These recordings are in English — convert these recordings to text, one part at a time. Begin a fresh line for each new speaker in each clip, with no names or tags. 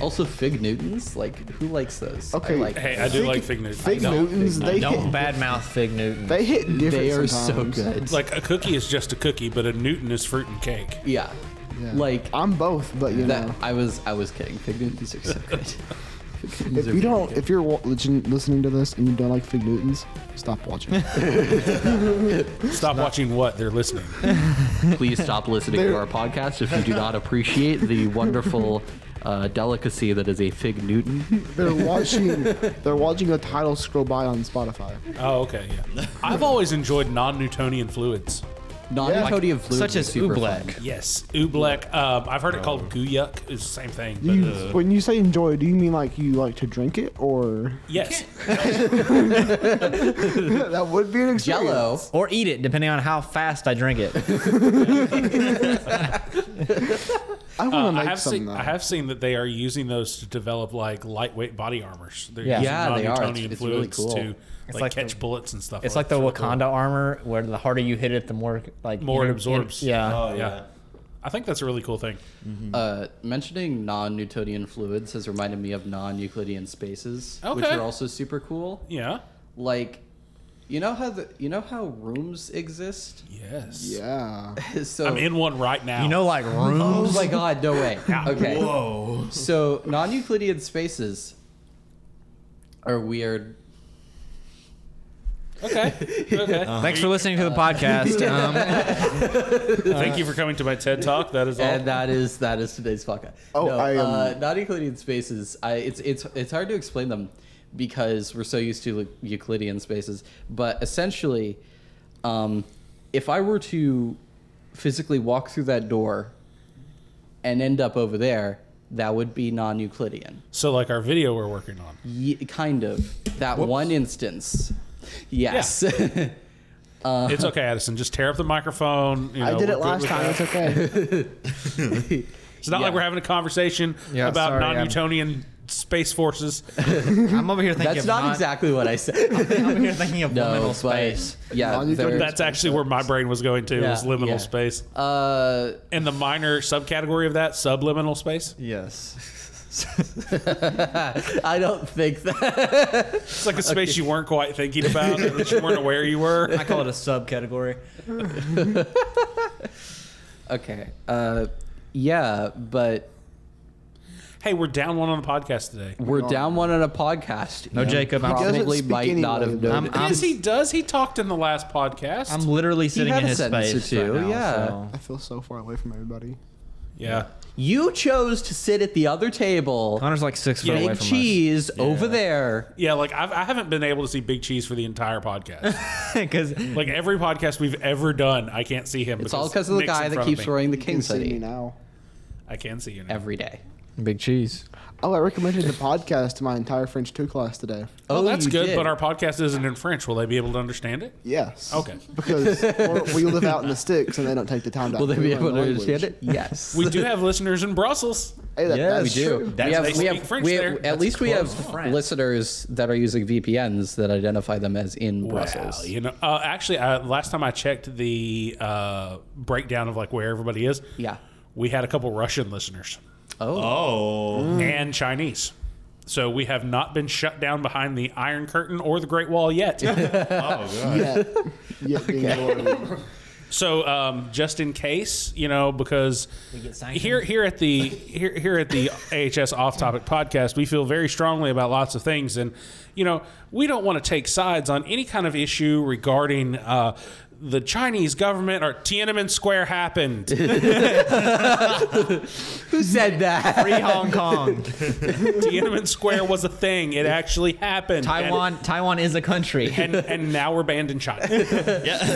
also fig Newtons? Like, who likes those? I
Okay.
like
Hey, I do
Fig-
like Fig Newtons.
Fig
No,
Newtons, they hit,
Don't badmouth Fig Newton.
they hit different.
they are
sometimes.
so good.
Like a cookie is just a cookie, but a Newton is fruit and cake.
yeah.
Yeah.
like
I'm both, but you
that.
know,
I was I was kidding. Fig Newtons are so good. Fig Newtons
if
are
you don't,
pretty
if you're wa- listen- listening to this and you don't like Fig Newtons, stop watching.
Stop watching what they're listening.
good. please stop listening to our podcast if you do not appreciate the wonderful uh, delicacy that is a fig Newton.
they're watching. They're watching a title scroll by on Spotify.
Oh, okay, yeah. I've always enjoyed non-Newtonian fluids.
Non-Newtonian fluid
Such as Oobleck.
Yes, oobleck. Um, I've heard it called goo yuck. It's the same thing. But,
Oh. You,
uh,
when you say enjoy, do you mean like you like to drink it, or
yes,
that would be an experience?
Jello.
Or eat it, depending on how fast I drink it.
I
Uh,
want to
I
make
have
some
seen.
though.
I have seen that they are using those to develop like lightweight body armors. They're
Yeah.
using
Yeah, they are. It's-
non-Newtonian
it's really
fluids
cool.
to
It's
like,
like
catch
the-
bullets and stuff.
It's
like
like the
that. It's really
Wakanda armor, where the harder you hit it, the more like
More it
inter-
absorbs.
yeah.
Oh,
cool. Yeah. I think that's a really cool thing.
Uh, mentioning non-Newtonian fluids has reminded me of non-Euclidean spaces, which
Okay.
are also super cool.
Yeah.
Like, you know how the you know how rooms exist.
Yes.
yeah.
so
I'm in one right now.
You know, like
Oh
rooms.
my god, no way. Okay.
Whoa.
So non Euclidean spaces are weird.
Okay. Okay.
Uh-huh.
Thanks for listening to the podcast. Um,
Thank you for coming to my TED talk. That is all.
And that is that is today's podcast.
Oh, I am-
uh, non-Euclidean spaces. I, it's it's it's hard to explain them because we're so used to Euclidean spaces. But essentially, um, if I were to physically walk through that door and end up over there, that would be non-Euclidean.
so, like our video we're working on.
Ye kind of that one instance. Yes.
it's okay, Addison. Just tear up the microphone. You know,
I did it
we're good
last
with
time.
that.
It's okay.
It's not like we're having a conversation
Yeah,
about
sorry, I'm-
non-Newtonian space forces.
I'm over here thinking
That's
of
not, exactly what I said.
I'm over here thinking of
no,
liminal
but
space.
Yeah,
Non-Euclidean
there-
That's actually where my brain was going to. was
Yeah,
liminal
yeah.
space
uh,
and the minor subcategory of that subliminal space.
Yes.
I don't think that.
It's like a space you weren't quite thinking about or that you weren't aware you were.
I call it a subcategory.
Okay. Uh, yeah, but
Hey, we're down one on the podcast today.
we're down one on a podcast.
No,
You
Jacob, I'm- He doesn't
probably
speak
might not have
anyway, though.
known.
I'm-
yes, he does. He talked in the last podcast.
I'm literally sitting
had
in
a
his
sentence or
space
two,
right now,
yeah.
so-
I feel so far away from everybody.
yeah.
You chose to sit at the other table.
Connor's like six feet away
Big
from us.
cheese over there.
Yeah, like I've, I haven't been able to see Big Cheese for the entire podcast.
'Cause-
like every podcast we've ever done, I can't see him.
It's all because of the
Nick's in
guy that
front of
keeps
me.
wearing the
You can
King
see me
hoodie
now.
I can see you now.
every day.
big cheese.
Oh, I recommended the podcast to my entire French two class today.
Oh, that's
you
good.
did.
But our podcast isn't in French. Will they be able to understand it?
Yes.
Okay.
Because we're- we live out in the sticks and they don't take the time to.
will they be
learn
able
the
to understand
language.
it? Yes.
We do have listeners in Brussels.
Hey, that,
Yeah,
that's
we do.
true.
we
they
have, we
speak
have,
French
we have-
there.
at
That's
least we have
close. France.
listeners that are using VPNs that identify them as in Brussels.
Well, you know, uh, actually, uh, last time I checked the uh, breakdown of like where everybody is,
Yeah.
we had a couple Russian listeners
Oh,
Oh.
and Chinese. So we have not been shut down behind the Iron Curtain or the Great Wall yet.
Oh, God.
Yeah. Yeah, being bored.
So um, just in case, you know, because
get sanctioned.
here here at the here here at the AHS Off Topic podcast, we feel very strongly about lots of things, and you know, we don't want to take sides on any kind of issue regarding. Uh, the Chinese government or Tiananmen Square happened.
who said that?
Free Hong Kong.
Tiananmen Square was a thing. It actually happened.
Taiwan. Taiwan is a country.
And, and, and now we're banned in China.
they,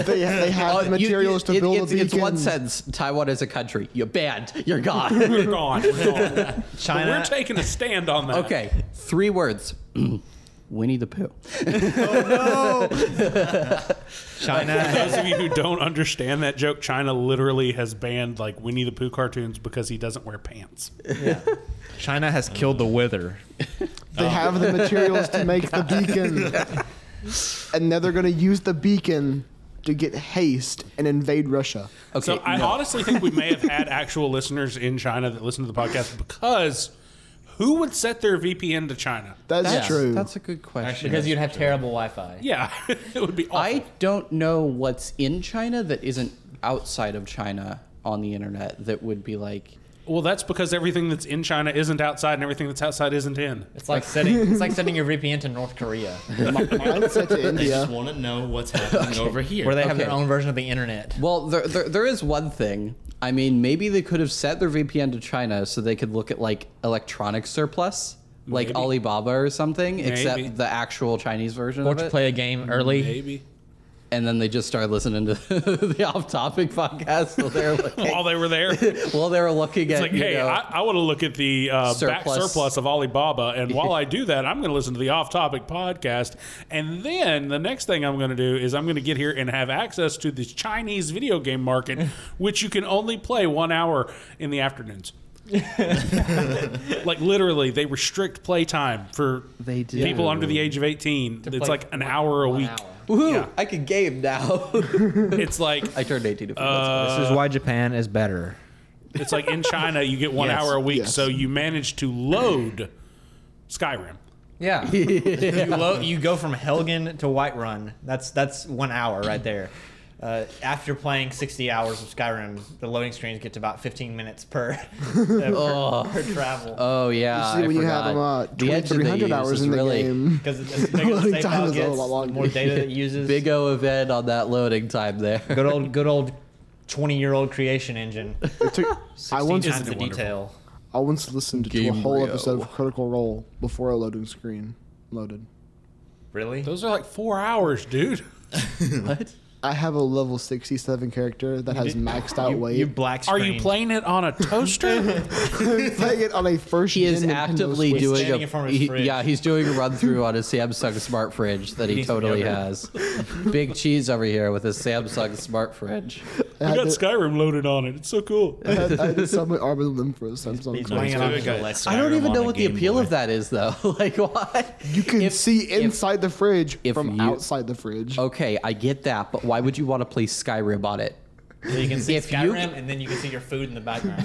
they have
Oh,
the
you-
materials
you-
to
it-
build
it's,
a beacon.
it's one sentence. Taiwan is a country. You're banned. You're gone.
We're gone. We're gone. But
China.
we're taking a stand on that.
okay, three words. Winnie the Pooh.
China.
those of you who don't understand that joke, China literally has banned like Winnie the Pooh cartoons because he doesn't wear pants.
China has killed the wither.
They
Oh.
have the materials to make the beacon. and now they're going to use the beacon to get haste and invade Russia.
Okay,
so I
no.
honestly think we may have had actual listeners in China that listen to the podcast because who would set their VPN to China?
That's
That's
true.
That's a good question.
Actually,
because you'd have terrible Wi-Fi.
Yeah, it would be awful.
I don't know what's in China that isn't outside of China on the internet that would be like
well, that's because everything that's in China isn't outside, and everything that's outside isn't in.
It's like setting it's like sending your VPN to North Korea,
Mine's set to
They just
India.
want to know what's happening over here.
where they have their
Okay.
own version of the internet.
Well, there, there, there is one thing. I mean, maybe they could have set their VPN to China so they could look at like electronic surplus, like
Maybe.
Alibaba or something,
Maybe.
except the actual Chinese version
Or
of
to
it.
play a game early.
Maybe.
and then they just started listening to the off-topic podcast while they were looking,
While they were there, it's
while they were looking at
like,
you
hey,
know,
I, I want to look at the uh, back
Surplus.
surplus of Alibaba, and while I do that, I'm going to listen to the off-topic podcast, and then the next thing I'm going to do is I'm going to get here and have access to the Chinese video game market, which you can only play one hour in the afternoons. like literally, they restrict playtime for
They do.
people under the age of 18.
play
It's like an hour a
One
week.
hour.
woohoo,
yeah.
I could game now.
It's like
I turned 18 a few months
Uh,
this is why Japan is better.
It's like in China, you get one
Yes,
hour a week,
yes.
so you manage to load Skyrim.
Yeah. you,
Uh,
lo- you go from Helgen to Whiterun. That's that's one hour right there. Uh, after playing 60 hours of Skyrim, the loading screens get to about 15 minutes per, per, per travel.
Oh yeah,
You see,
I
when you have
forgot.
them, uh,
the edge that they
2,300
use
hours
is
in the
really
game.
Because the bigger the
Loading
save
time
file
is a
gets,
lot
the
longer.
more data it uses.
big O event on that loading time there.
Good old, good old 20 year old creation engine.
It took- I
16
once
times the
it wonderful?
detail.
I once listened to a
Game
whole
Rio.
episode of Critical Role before a loading screen loaded.
Really?
Those are like four hours, dude.
what?
I have a level 67 character that has maxed out
you,
weight.
You black
Are
screen.
you playing it on a toaster?
playing it on a first
He is
gen Nintendo
actively
Switch.
doing
standing
a
in front of his
he-
fridge.
yeah, he's doing a run through on his Samsung smart fridge that he
needs some
totally
yogurt.
has. Big cheese over here with his Samsung smart fridge.
I
I
had
got
to-
Skyrim loaded on it. It's so cool.
I had- I had to summon Arbor of Limb for a Samsung
playing
console.
it on
Dude,
his
I-
Alexa.
I don't
Skyrim
even know
on a
what the
Game
appeal
Boy.
of that is though. like why?
You can
If-
see
if-
inside the fridge
if
from
you- Oh,
outside the fridge.
Okay, I get that, but why would you want to play Skyrim on it?
So you can see
If you-
Skyrim, and then you can see your food in the background.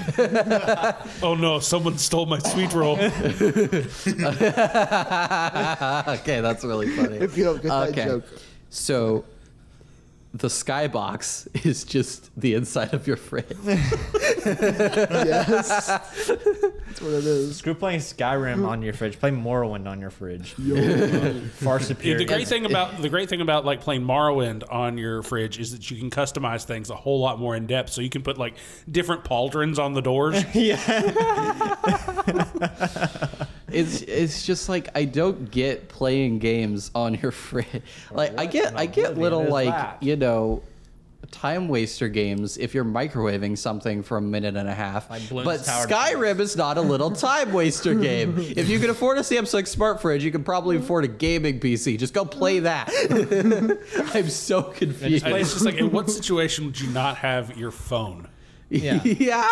Oh no, someone stole my sweet roll.
okay, that's really funny.
If you don't get that joke.
So the skybox is just the inside of your fridge.
Yes. That's what it is.
Screw playing Skyrim on your fridge. Play Morrowind on your fridge. Far superior.
the great thing about the great thing about like playing Morrowind on your fridge is that you can customize things a whole lot more in depth. So you can put like different pauldrons on the doors.
It's it's just like I don't get playing games on your fridge. Like I get I get
oblivion
little
is
like
that?
you know time waster games if you're microwaving something for a minute and a half.
Like Bloons
but
Tower
Skyrim is not a little time waster game. If you can afford a Samsung smart fridge, you can probably afford a gaming PC. Just go play that. I'm so confused.
And it's just like, in what situation would you not have your phone?
Yeah.
yeah.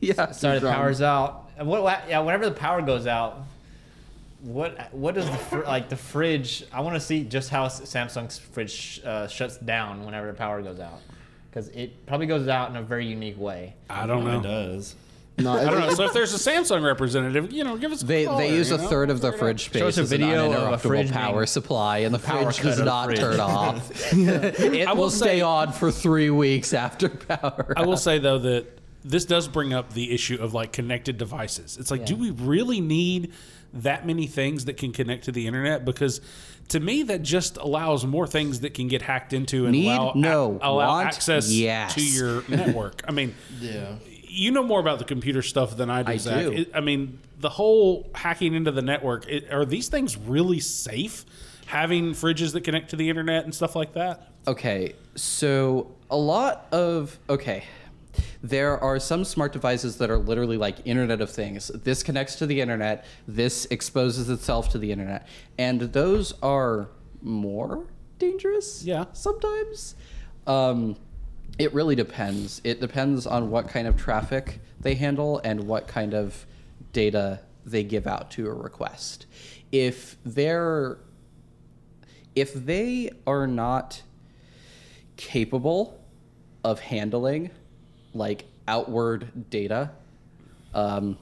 Yeah.
Sorry, the
Syndrome.
power's out. And What, what? Yeah, whenever the power goes out, what? What does the fr- like the fridge? I want to see just how S- Samsung's fridge uh, shuts down whenever the power goes out, because it probably goes out in a very unique way.
I don't
It
know.
does.
No,
I don't
it-
know. So if there's a Samsung representative, you know, give us. A
They,
call,
they use
you
a
know?
third of the fridge space
Show us a
as an
video of a fridge
uninterruptible power
being-
supply, and the
Power
fridge
cut
does
of the
not
fridge.
turn off. It
I will
will
say-
stay on for three weeks after power.
I will say though that this does bring up the issue of like connected devices. It's like, do we really need that many things that can connect to the internet? Because to me, that just allows more things that can get hacked into and
Need?
allow
No.
allow
Want?
access
Yes.
to your network. I mean,
Yeah.
you know more about the computer stuff than I do,
I
Zach.
do.
It- I mean, the whole hacking into the network. It, are these things really safe? Having fridges that connect to the internet and stuff like that.
Okay, so a lot of okay, there are some smart devices that are literally like Internet of Things. This connects to the internet. This exposes itself to the internet, and those are more dangerous.
Yeah.
sometimes. Um, it really depends. It depends on what kind of traffic they handle and what kind of data they give out to a request. If they're if they are not capable of handling like outward data um,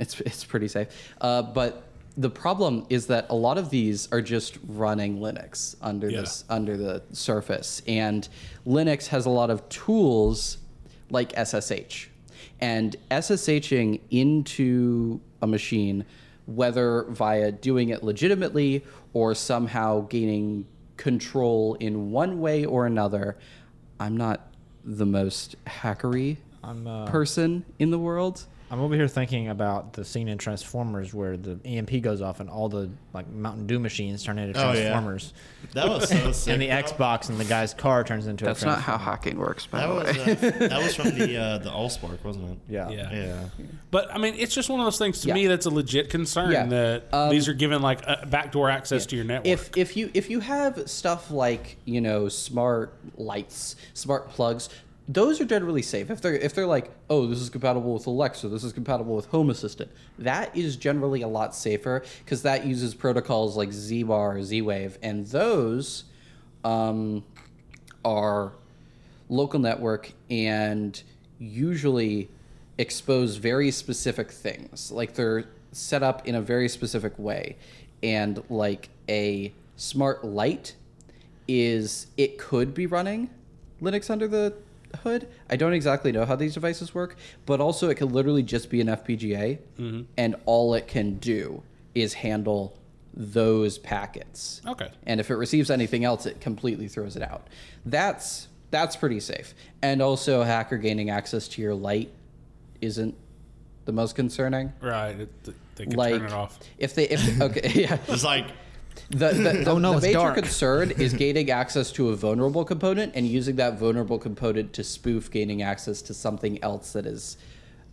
It's it's pretty safe. Uh, but the problem is that a lot of these are just running Linux under
Yeah.
this under the surface, and Linux has a lot of tools like SSH, and SSHing into a machine, whether via doing it legitimately or somehow gaining control in one way or another. I'm not the most hackery
I'm, uh,
person in the world.
I'm over here thinking about the scene in Transformers where the EMP goes off and all the like Mountain Dew machines turn into
Oh, yeah.
Transformers,
That was so sick.
and the
though.
Xbox and the guy's car turns into
That's
a
not
Transformer.
how hacking works, by
That
the
was
way.
uh, that was from the uh, the AllSpark, wasn't it?
Yeah.
Yeah.
Yeah.
But I mean, it's just one of those things to
Yeah.
me that's a legit concern
Yeah.
that
Um,
these are given like uh, backdoor access to your network.
If if you if you have stuff like you know smart lights, smart plugs, those are generally safe. If they're if they're like oh this is compatible with Alexa, this is compatible with Home Assistant, that is generally a lot safer because that uses protocols like ZBar, ZWave, and those um, are local network and usually expose very specific things. Like they're set up in a very specific way. And like a smart light is, it could be running Linux under the hood. I don't exactly know how these devices work, but also it could literally just be an FPGA. And all it can do is handle those packets
Okay.
and if it receives anything else it completely throws it out that's that's pretty safe and also a hacker gaining access to your light isn't the most concerning
right, it, they can
like
turn it off.
if they if okay yeah
It's like
the, the, the,
Oh, no,
the
it's
major
dark.
concern is gaining access to a vulnerable component and using that vulnerable component to spoof gaining access to something else that is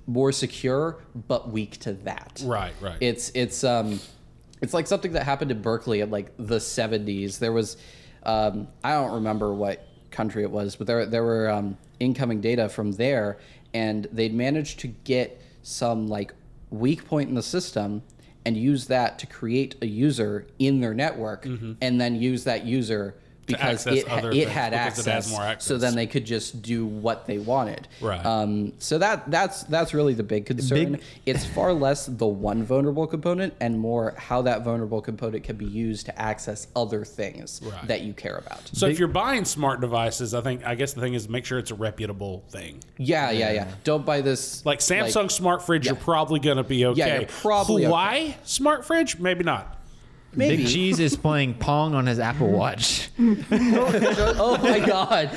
more secure but weak to that
Right, right.
it's it's um it's like something that happened in Berkeley in like the 70s. There was um, I don't remember what country it was, but there there were um, incoming data from there, and they'd managed to get some like weak point in the system and use that to create a user in their network, and then use that user. Because
Mm-hmm. access
it, ha-
other
it
things,
had
because it
access,
has more access.
so then they could just do what they wanted.
Right.
Um, so that that's that's really the big concern. It's far less the one vulnerable component and more how that vulnerable component can be used to access other things
Right.
that you care about.
so if you're buying smart devices, I think I guess the thing is make sure it's a reputable thing.
Yeah, yeah, yeah. Don't buy this
Like Samsung smart fridge, you're probably gonna be okay.
you're probably okay.
Why smart fridge? Maybe not.
maybe.
Big Cheese is playing Pong on his Apple Watch.
oh my god.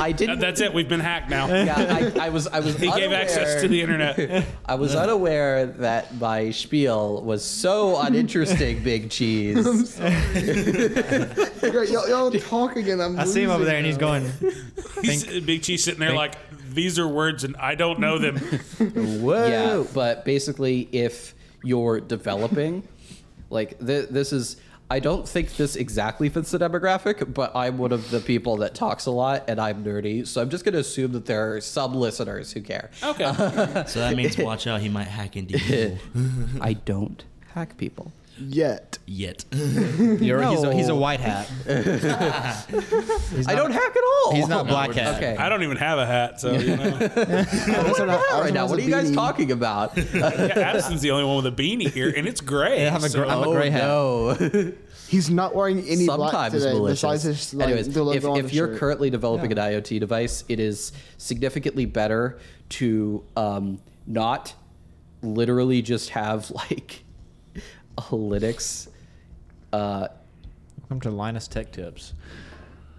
I didn't
Uh, That's it. We've been hacked now.
yeah, I, I was I was
He gave
unaware-
access to the internet.
I was unaware that my spiel was so uninteresting, Big Cheese.
Great, y'all, y'all talk again. I'm
I see him over there, and he's going.
He's, uh, Big Chief sitting there like these are words and I don't know them.
Whoa!
Yeah, but basically, if you're developing, like th- this is, I don't think this exactly fits the demographic, but I'm one of the people that talks a lot and I'm nerdy, so I'm just gonna assume that there are some listeners who care.
Okay.
so that means watch out. He might hack into you
I don't hack people.
yet.
yet.
You're, he's, a, he's a
No.
white hat. He's
I
not-
don't hack at all.
He's not black hat.
Okay.
I don't even have a hat, so you know.
That's what I- I was
right now, what
supposed
are
to
you guys
be-
talking about?
Yeah, Addison's the only one with a beanie here, and it's gray.
I have a,
so-
gr- I'm a gray hat.
Oh, no.
He's not wearing any black
sometimes
today.
malicious.
Besides his, like,
Anyways,
the logo
if,
on
if
the
you're
shirt.
currently developing an IoT device, it is significantly better to um, not literally just have like a Linux. Uh,
Welcome to Linus Tech Tips.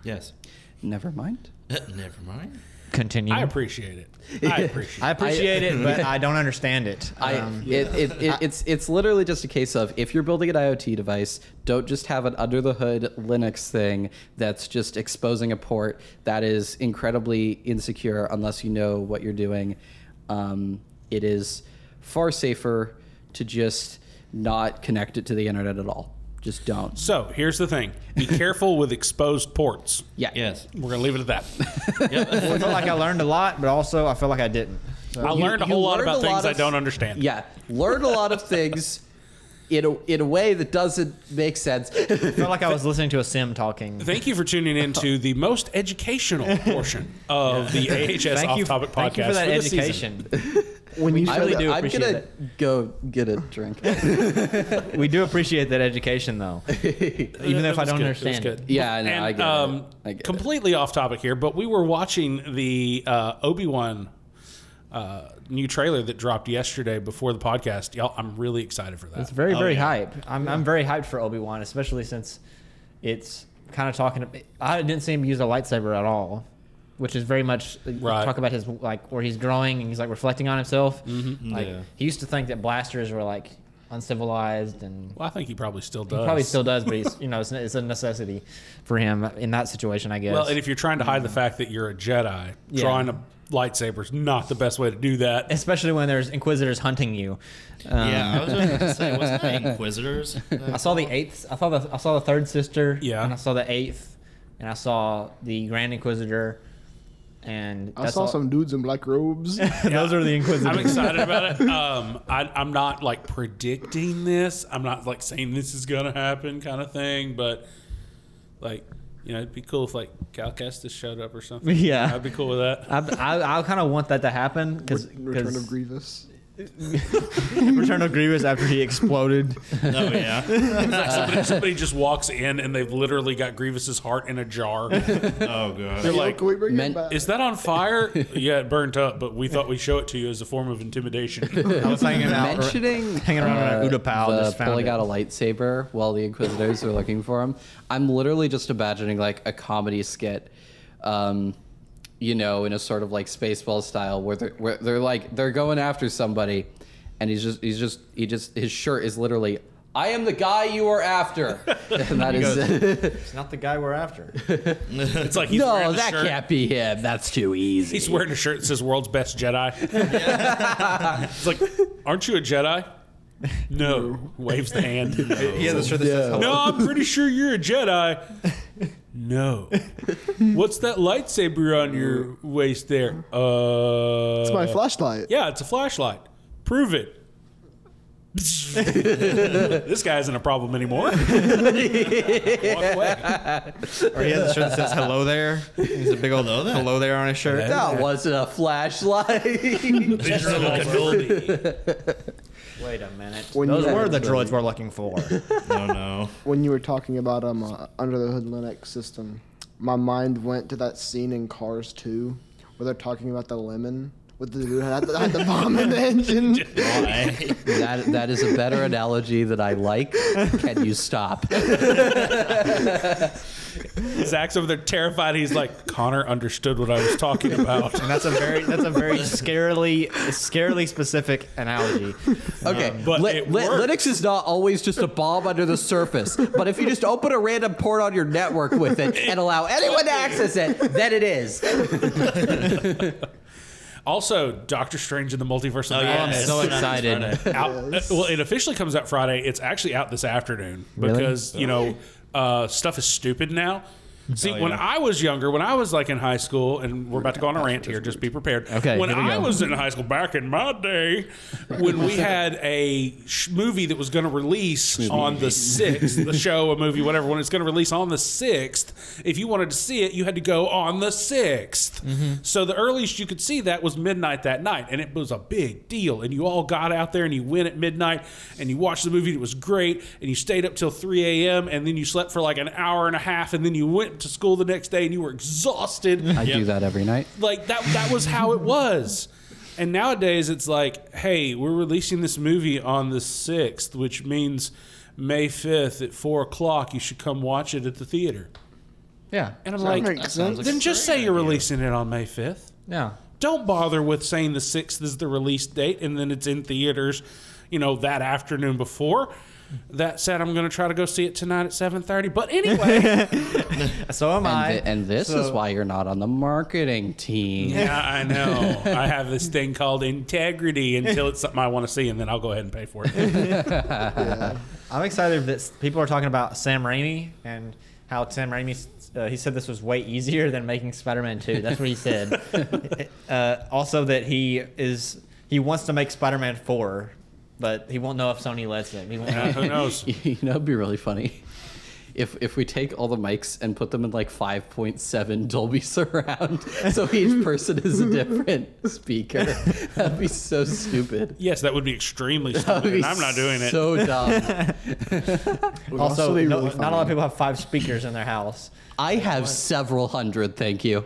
Yes.
never mind.
Uh, Never mind.
Continue.
I appreciate it. I appreciate
I
it.
appreciate it, but I don't understand it.
I,
Um,
it, it, it, it's it's literally just a case of if you're building an IoT device, don't just have an under the hood Linux thing that's just exposing a port that is incredibly insecure unless you know what you're doing. Um, it is far safer to just not connect it to the internet at all. Just don't.
So here's the thing: be careful with exposed ports.
Yeah.
Yes.
We're gonna leave it at that.
I felt like I learned a lot, but also I felt like I didn't. So,
I learned a
you
whole lot
learned
about
a
things
lot
I
of-
don't understand.
Yeah. Learn a lot of things in a, in a way that doesn't make sense.
I felt like I was listening to a sim talking.
Thank you for tuning in to the most educational portion of the AHS
Thank you,
Off Topic Podcast
thank you for that
this season.
education.
when you
I
said
really
that,
do
I'm
appreciate
gonna go get a drink.
we do appreciate that education, though. Even
That
if I
was
don't
good. That was
understand.
good.
Yeah, I know,
And,
I get it.
um,
I get it.
completely off topic here, but we were watching the uh, Obi Wan uh, new trailer that dropped yesterday before the podcast. Y'all, I'm really excited for that.
It's very,
Oh,
very
yeah.
hype. I'm, I'm very hyped for Obi Wan, especially since it's kind of talking. I didn't see him use a lightsaber at all, which is very much
Right.
talk about his like where he's growing and he's like reflecting on himself.
Mm-hmm.
Like he used to think that blasters were like uncivilized and.
well, I think he probably still
He
does.
probably still does, but he's you know it's, it's a necessity for him in that situation, I guess.
Well, and if you're trying to hide the fact that you're a Jedi,
Mm-hmm. Yeah.
drawing a lightsaber is not the best way to do that.
especially when there's inquisitors hunting you.
uh,
Um,
yeah, I was going to say, wasn't that Inquisitors?
I saw the eighth. I saw the I saw the third sister.
Yeah.
And I saw the eighth, and I saw the Grand Inquisitor, and
I saw
all-
some dudes in black robes.
Those are the
I'm
Inquisitors.
excited about it. Um, I, I'm not like predicting this. I'm not like saying this is gonna happen, kind of thing. But like, you know, it'd be cool if like Cal Kestis showed up or something.
Yeah. Uh,
I'd be cool with that.
I, I, I kind of want that to happen because
Return of Grievous.
Return of Grievous after he exploded.
oh yeah.
It's like somebody, somebody just walks in and they've literally got Grievous's heart in a jar.
Oh god.
They're like,
Can we bring
men-
it back?
"Is that on fire?" yeah, it burnt up, but we thought we'd show it to you as a form of intimidation.
I was hanging out.
Mentioning uh,
hanging around with an Utapau,
the
just found
Poli
it.
got a lightsaber while the Inquisitors were looking for him. I'm literally just imagining like a comedy skit, um, you know, in a sort of like Spaceball style where they're, where they're like they're going after somebody, and he's just he's just he just his shirt is literally. I am the guy you are after, and that is
It's not the guy we're after.
it's like he's wearing
no,
a
that
shirt.
can't be him. That's too easy.
He's wearing a shirt that says "World's Best Jedi." it's like, aren't you a Jedi? No. Waves the hand.
He has a shirt that says hello.
No, I'm pretty sure you're a Jedi. No. What's that lightsaber on your waist there? Uh,
it's my flashlight.
Yeah, it's a flashlight. Prove it. this guy isn't a problem anymore. Walk away.
Or he has a shirt that says hello there. He's a big old hello
Hello
there,
there.
on his shirt.
that wasn't a flashlight.
Visual ability.
Wait a minute.
When
Those
you,
were the droids we're looking for.
no, Oh, no.
when you were talking about um uh, under the hood Linux system, my mind went to that scene in Cars 2 where they're talking about the lemon with the dude had the, had the bomb in the engine.
Why?
that that is a better analogy that I like. Can you stop?
Zach's over there terrified. He's like, Connor understood what I was talking about.
And that's a very that's a very scarily scarily specific analogy.
Okay,
but
Li-
it
Li-
works.
Linux is not always just a bomb under the surface. But if you just open a random port on your network with it and allow anyone to access it, then it is.
Also, Doctor Strange in the Multiverse of
Oh, yeah,
Madness.
it's
so
not- it's
excited.
Friday.
out. uh, Well, it officially comes out Friday. It's actually out this afternoon because you know uh, stuff is stupid now. See,
Oh,
when
yeah.
I was younger, when I was like in high school, and we're about to go on a rant here, just be prepared.
Okay,
When
here we
I
go.
was in high school back in my day, when we had a sh- movie that was going to release on the 6th, the show, a movie, whatever, when it's going to release on the 6th, if you wanted to see it, you had to go on the 6th.
Mm-hmm.
So the earliest you could see that was midnight that night, and it was a big deal. And you all got out there and you went at midnight and you watched the movie, and it was great, and you stayed up till 3 a.m., and then you slept for like an hour and a half, and then you went to school the next day and you were exhausted
I do that every night.
like that that was how it was and nowadays it's like hey we're releasing this movie on the 6th which means may 5th at 4 o'clock you should come watch it at the theater
Yeah.
and i'm
That
like
makes sense.
then just say you're releasing it on may 5th
Yeah.
don't bother with saying the 6th is the release date and then it's in theaters you know that afternoon before that said i'm going to try to go see it tonight at 7.30 but anyway
So am I.
And, thi- and this is why you're not on the marketing team.
yeah i know i have this thing called integrity until it's something i want to see and then i'll go ahead and pay for it
I'm excited that s- people are talking about Sam Raimi and how Sam Raimi s- uh, he said this was way easier than making Spider-Man 2. That's what he said. uh, also that he is he wants to make Spider-Man 4, but he won't know if Sony lets him. He won't
Yeah,
Uh,
know.
who knows?
you know, it'd be really funny if if we take all the mics and put them in like 5.7 Dolby surround, so each person is a different speaker. That'd be so stupid.
Yes, that would be extremely
That would
stupid.
be
and I'm not doing it.
So dumb.
Also,
be
no-
really
not a lot
funny.
of people have five speakers in their house.
I have several hundred. Thank you.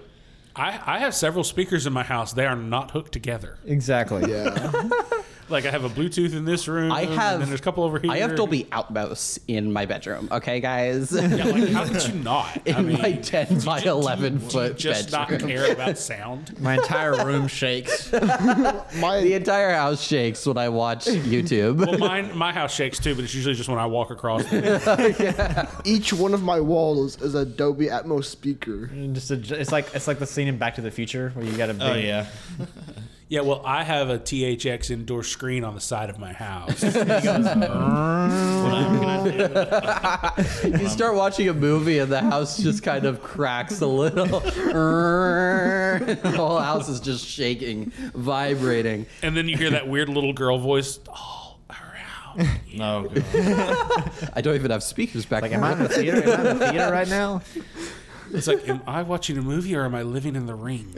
I, I have several speakers in my house. They are not hooked together.
Exactly.
Yeah.
Like I have a Bluetooth in this room.
I have.
Um, And then there's a couple over here.
I have Dolby Atmos in my bedroom. Okay, guys.
Yeah, like how could you not?
in
I mean,
my 10 by 11 foot
just not
bedroom.
care about sound.
My entire room shakes.
The
My
entire house shakes when I watch YouTube.
Well, mine my house shakes too, but it's usually just when I walk across. it.
each one of my walls is a Dolby Atmos speaker.
And just a, it's like it's like the scene in Back to the Future where you got a big
Oh yeah.
yeah, well, I have a THX indoor screen on the side of my house.
What I'm gonna do.
Um,
you start watching a movie and the house just kind of cracks a little. the whole house is just shaking, vibrating.
and then you hear that weird little girl voice all around.
Oh god.
I don't even have speakers back
like,
there.
am I in the theater? Am I in the theater right now?
It's like, am I watching a movie or am I living in the ring?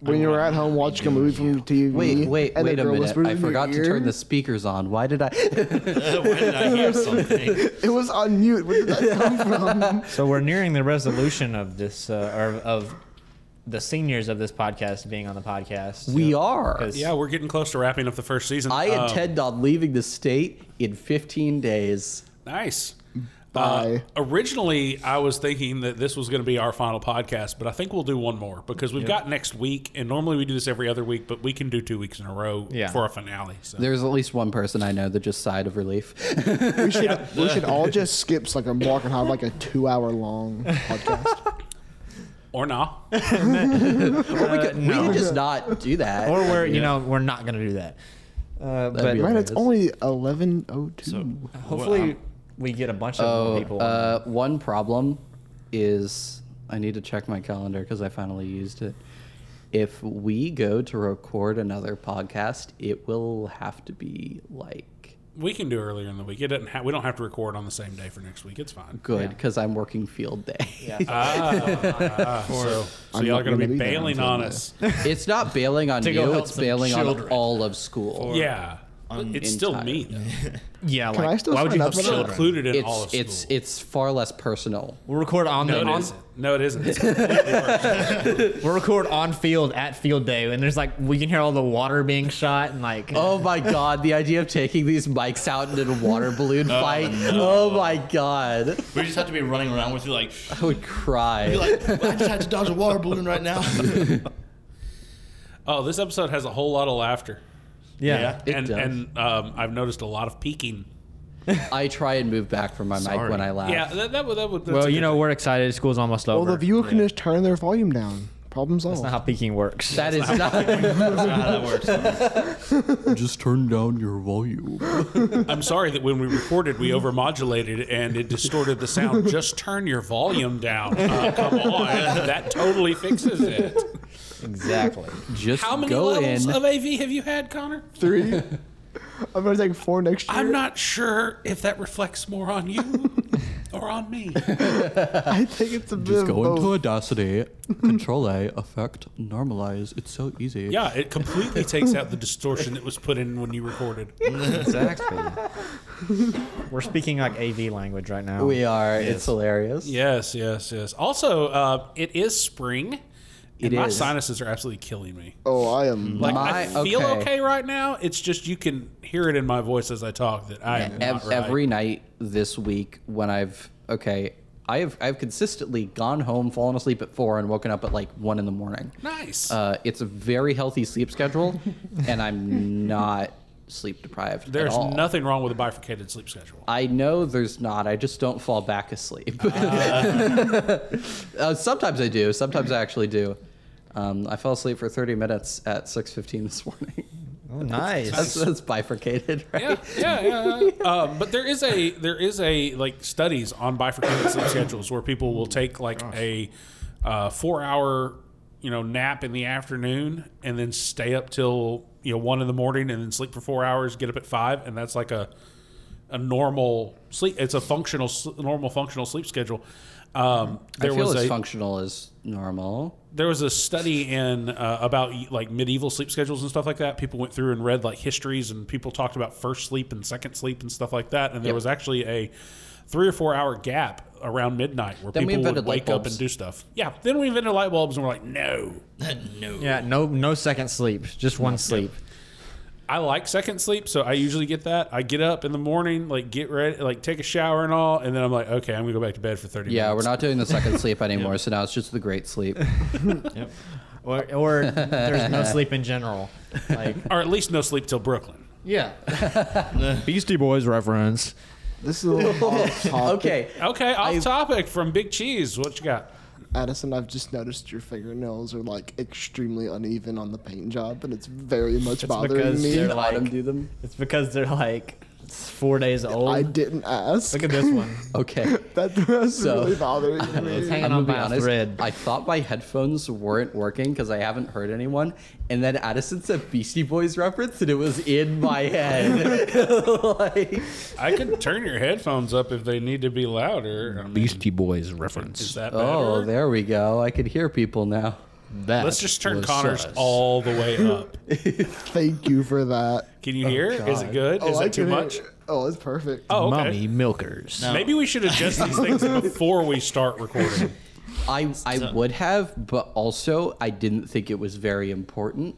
When you were at home watching a movie from your TV,
Wait, wait,
and the
wait a
girl
minute.
whispered
I
in your
forgot to
ear,
turn the speakers on. Why did I?
Why did I hear something?
It was on mute. Where did that come from?
So we're nearing the resolution of this, uh, or of the seniors of this podcast being on the podcast.
we are.
Because-
yeah, we're getting close to wrapping up the first season.
I
oh.
Um,
intend on leaving the state in 15 days.
Nice.
Bye.
Uh, originally, I was thinking that this was going to be our final podcast, but I think we'll do one more because we've got next week, and normally we do this every other week, but we can do two weeks in a row
Yeah.
for a finale. So.
There's at least one person I know that just sighed of relief.
We should we should all just skip so like a block and have like a two hour long podcast.
Or nah.
Oh,
or we could, we
uh, no.
could just not do that.
or we're you know we're not gonna do that. Uh, but
be
Man, it's
Hilarious.
only eleven oh two.
hopefully we get a bunch of more
um, oh,
people.
uh, one problem is I need to check my calendar because I finally used it. If we go to record another podcast, it will have to be like
We can do earlier in the week. It doesn't. Ha- we don't have to record on the same day for next week. It's fine.
good because I'm working field day.
Ah, so so
I'm
y'all
not
are going to
gonna
be
be there
bailing
until
on
the-
us.
it's not bailing on
go
you;
help
it's
some
bailing on
children.
all of school.
yeah, it's still me. though.
yeah,
Can I
like
still
why would
sign
you
up
have
for that?
Still
children?
included in
It's
all of school.
it's it's far less personal.
We'll record on the
no, it
on,
isn't. No, it isn't. It's completely worse.
we'll record on field at field day, and there's like we can hear all the water being shot and like
Oh my god, the idea of taking these mics out in a water balloon fight. Oh my god.
We just have to be running around with you like,
I would
you're
cry.
like I just had to dodge a water balloon right now.
Oh, this episode has a whole lot of laughter,
yeah.
It
and
does.
and um, I've noticed a lot of peeking.
I try and move back from my mic when I laugh.
Yeah, that, that would that would. that's
Well,
a
you
good
know we're excited. School's almost over.
Well, the viewer can just turn their volume down. Problem solved.
That's not how peeking works.
That is not.
That's not how that works.
Just turn down your volume.
I'm sorry that when we recorded, we overmodulated and it distorted the sound. Just turn your volume down. Uh, come on, that totally fixes it.
exactly.
Just
How many
go
levels
in.
of AV have you had, Connor?
Three. I'm gonna take four next year.
I'm not sure if that reflects more on you or on me.
I think it's a bit of both.
Audacity, Control A, Effect, Normalize. It's so easy.
Yeah, it completely takes out the distortion that was put in when you recorded.
Exactly. we're speaking like AV language right now.
We are. It's hilarious.
Yes, yes, yes. Also, uh, it is spring.
It
and My
is.
sinuses are absolutely killing me.
oh, I am.
Like I
My-
feel okay.
okay.
right now. It's just you can hear it in my voice as I talk that I am
Ev-
not right.
every night this week when I've okay, I have I've consistently gone home, fallen asleep at four, and woken up at like one in the morning.
nice.
Uh, it's a very healthy sleep schedule, and I'm not sleep deprived at
There's
all.
nothing wrong with a bifurcated sleep schedule.
I know there's not. I just don't fall back asleep. Uh, sometimes I do. Sometimes I actually do. Um, I fell asleep for 30 minutes at 6:15 this morning.
Oh, nice.
That's, that's bifurcated, right?
Yeah, yeah, yeah. yeah. um, but there is a there is a like studies on bifurcated sleep schedules where people will take like a uh, four hour you know nap in the afternoon and then stay up till you know one in the morning and then sleep for four hours, get up at five, and that's like a a normal sleep. It's a functional, s- normal functional sleep schedule. Um, there
I feel
was
as
a
functional as normal.
there was a study in uh, about like medieval sleep schedules and stuff like that. People went through and read like histories, and people talked about first sleep and second sleep and stuff like that. And there
Yep.
was actually a three or four hour gap around midnight where
Then we
people would
invented light
wake up
bulbs.
and do stuff. Yeah, then we invented light bulbs, and we're like, no,
no.
Yeah, no, no second sleep, just one sleep.
I like second sleep, so I usually get that. I get up in the morning, like get ready, like take a shower and all, and then I'm like, okay, I'm gonna go back to bed for thirty.
Yeah, we're
minutes.
not doing the second sleep anymore, so now it's just the great sleep.
Or, or there's no sleep in general. Like,
or at least no sleep till Brooklyn.
yeah,
Beastie Boys reference.
This is a little off topic.
Okay,
Okay, off
I-
topic from Big Cheese. What you got?
Addison, I've just noticed your fingernails are like extremely uneven on the paint job, and it's very much bothering
because
me.
they're like,
autumn do them.
it's because they're like four days old.
I didn't ask.
Look at this one.
Okay.
That- That's
So-
really bothering
It's
me.
I'm
hanging on
gonna be
by a
honest.
thread.
I thought my headphones weren't working because I haven't heard anyone, and then Addison said Beastie Boys reference, and it was in my head. like,
I could turn your headphones up if they need to be louder. I mean,
Beastie Boys
is
reference.
that better?
oh, there we go. I could hear people now.
That
Let's just turn
was
Connor's
sus.
all the way up.
Thank you for that.
Can you hear? Is it good? is
Oh, I
it too
can hear-
much?
Oh, it's perfect.
Oh, okay.
Mummy milkers.
Maybe we should adjust these things before we start recording.
I I would have, but also I didn't think it was very important.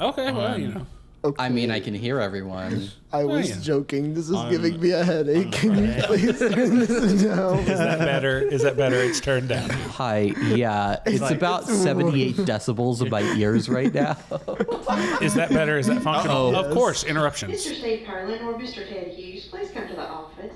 Okay, well, you know.
Okay.
I mean, I can hear everyone.
I was
Oh, yeah.
joking. This is giving me a headache. Can you please turn this
Is
down?
that better? Is that better? It's turned down.
Hi, yeah, it's about seventy-eight decibels of my ears right now.
Is that better? Is that functional?
Uh-oh.
Of course, interruptions.
Mr. Steve Carlin or Mr. Ted Hughes, please come to the office.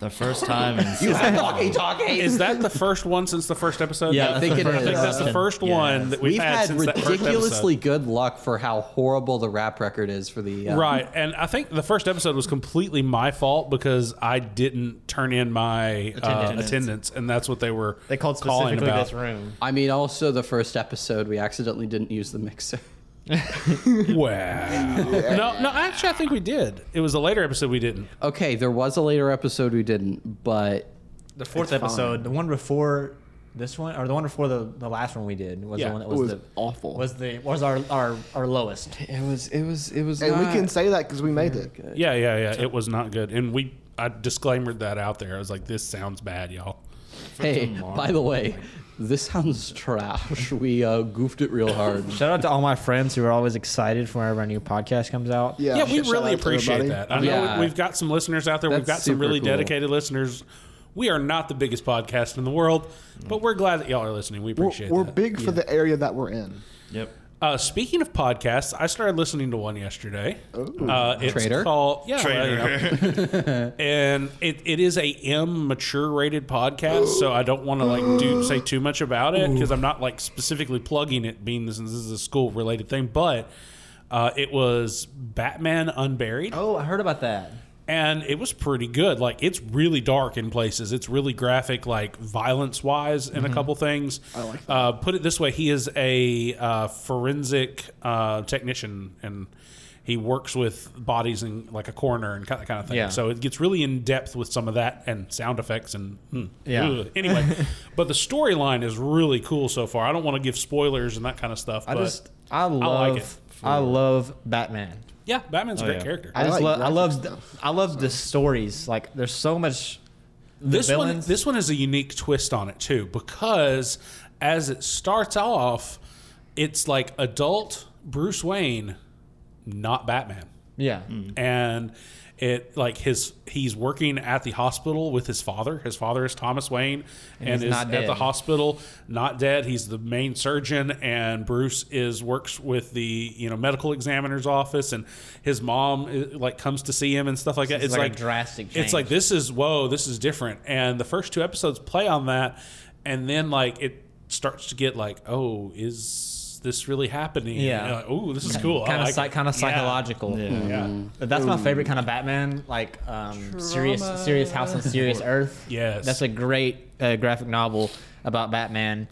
The first time in
Is that the first one since the first episode?
Yeah, I think it
I think
is.
that's the first one that we've,
We've
had,
had
since
ridiculously
that first
good luck for how horrible the rap record is for the uh,
episode. Right, and I think the first episode was completely my fault because I didn't turn in my attendance, uh,
Attendance.
attendance and that's what they were
They called
calling
specifically
about.
this room.
I mean, also the first episode, we accidentally didn't use the mixer.
Wow. no, no, actually, I think we did. It was a later episode we didn't.
Okay, there was a later episode we didn't, but
The fourth episode, the one before this one, or the one before the, the last one we did, was
Yeah,
the one that
It
was,
was
the
awful.
was the was our our, our lowest.
it was it was it was.
and we can say that because we made it.
Yeah, yeah, yeah. It was not good, and we I disclaimered that out there. I was like, "This sounds bad, y'all."
hey, by the way, this sounds trash. We uh, goofed it real hard.
Shout out to all my friends who are always excited whenever a new podcast comes out.
Yeah,
Yeah, we
shout out
really
to
appreciate
everybody.
that. I know
Yeah.
we've got some listeners out there. we've
That's
got some
super
really
cool.
dedicated listeners. We are not the biggest podcast in the world, but we're glad that y'all are listening. We
We're,
appreciate
we're
that.
big for the area that we're in.
Yep.
Uh, speaking of podcasts, I started listening to one yesterday. Uh, it's
Trader?
called yeah, well, you know. and it, it is a M mature rated podcast, so I don't want to like do say too much about it because I'm not like specifically plugging it, being this this is a school related thing, but. Uh, it was Batman Unburied,
Oh, I heard about that.
and it was pretty good. Like it's really dark in places. It's really graphic, like violence wise,
Mm-hmm.
in a couple things. I like. Uh, put it this way: he is a uh, forensic uh, technician, and he works with bodies and like a coroner and kind of kind of thing.
Yeah.
So it gets really in depth with some of that and sound effects and hmm,
Yeah.
ugh. Anyway, but the storyline is really cool so far. I don't want to give spoilers and that kind of stuff.
I
but
just I love
like
I,
it
love Batman.
yeah,
Oh,
Batman's a great
yeah.
character.
I, just
like
love I
graphic
love th- I love the stories. Like there's so much
this one
villains.
this one is a unique twist on it too because as it starts off it's like adult bruce wayne not batman
yeah.
Mm. and it like his he's working at the hospital with his father his father is thomas wayne and,
he's
is
not
at the
dead.
hospital not dead he's the main surgeon and bruce is works with the you know medical examiner's office and his mom eh, like comes to see him and stuff like that
It's
it's like,
like a drastic
it's like
change.
this is whoa this is different and the first two episodes play on that and then like it starts to get like oh is this really happening
Yeah.
oh this is cool I
Kind of
like
psych,
it.
kind of
Yeah.
psychological.
yeah.
But that's my favorite kind of Batman, like um, serious, serious house on serious earth.
Yes.
that's a great uh, graphic novel about Batman.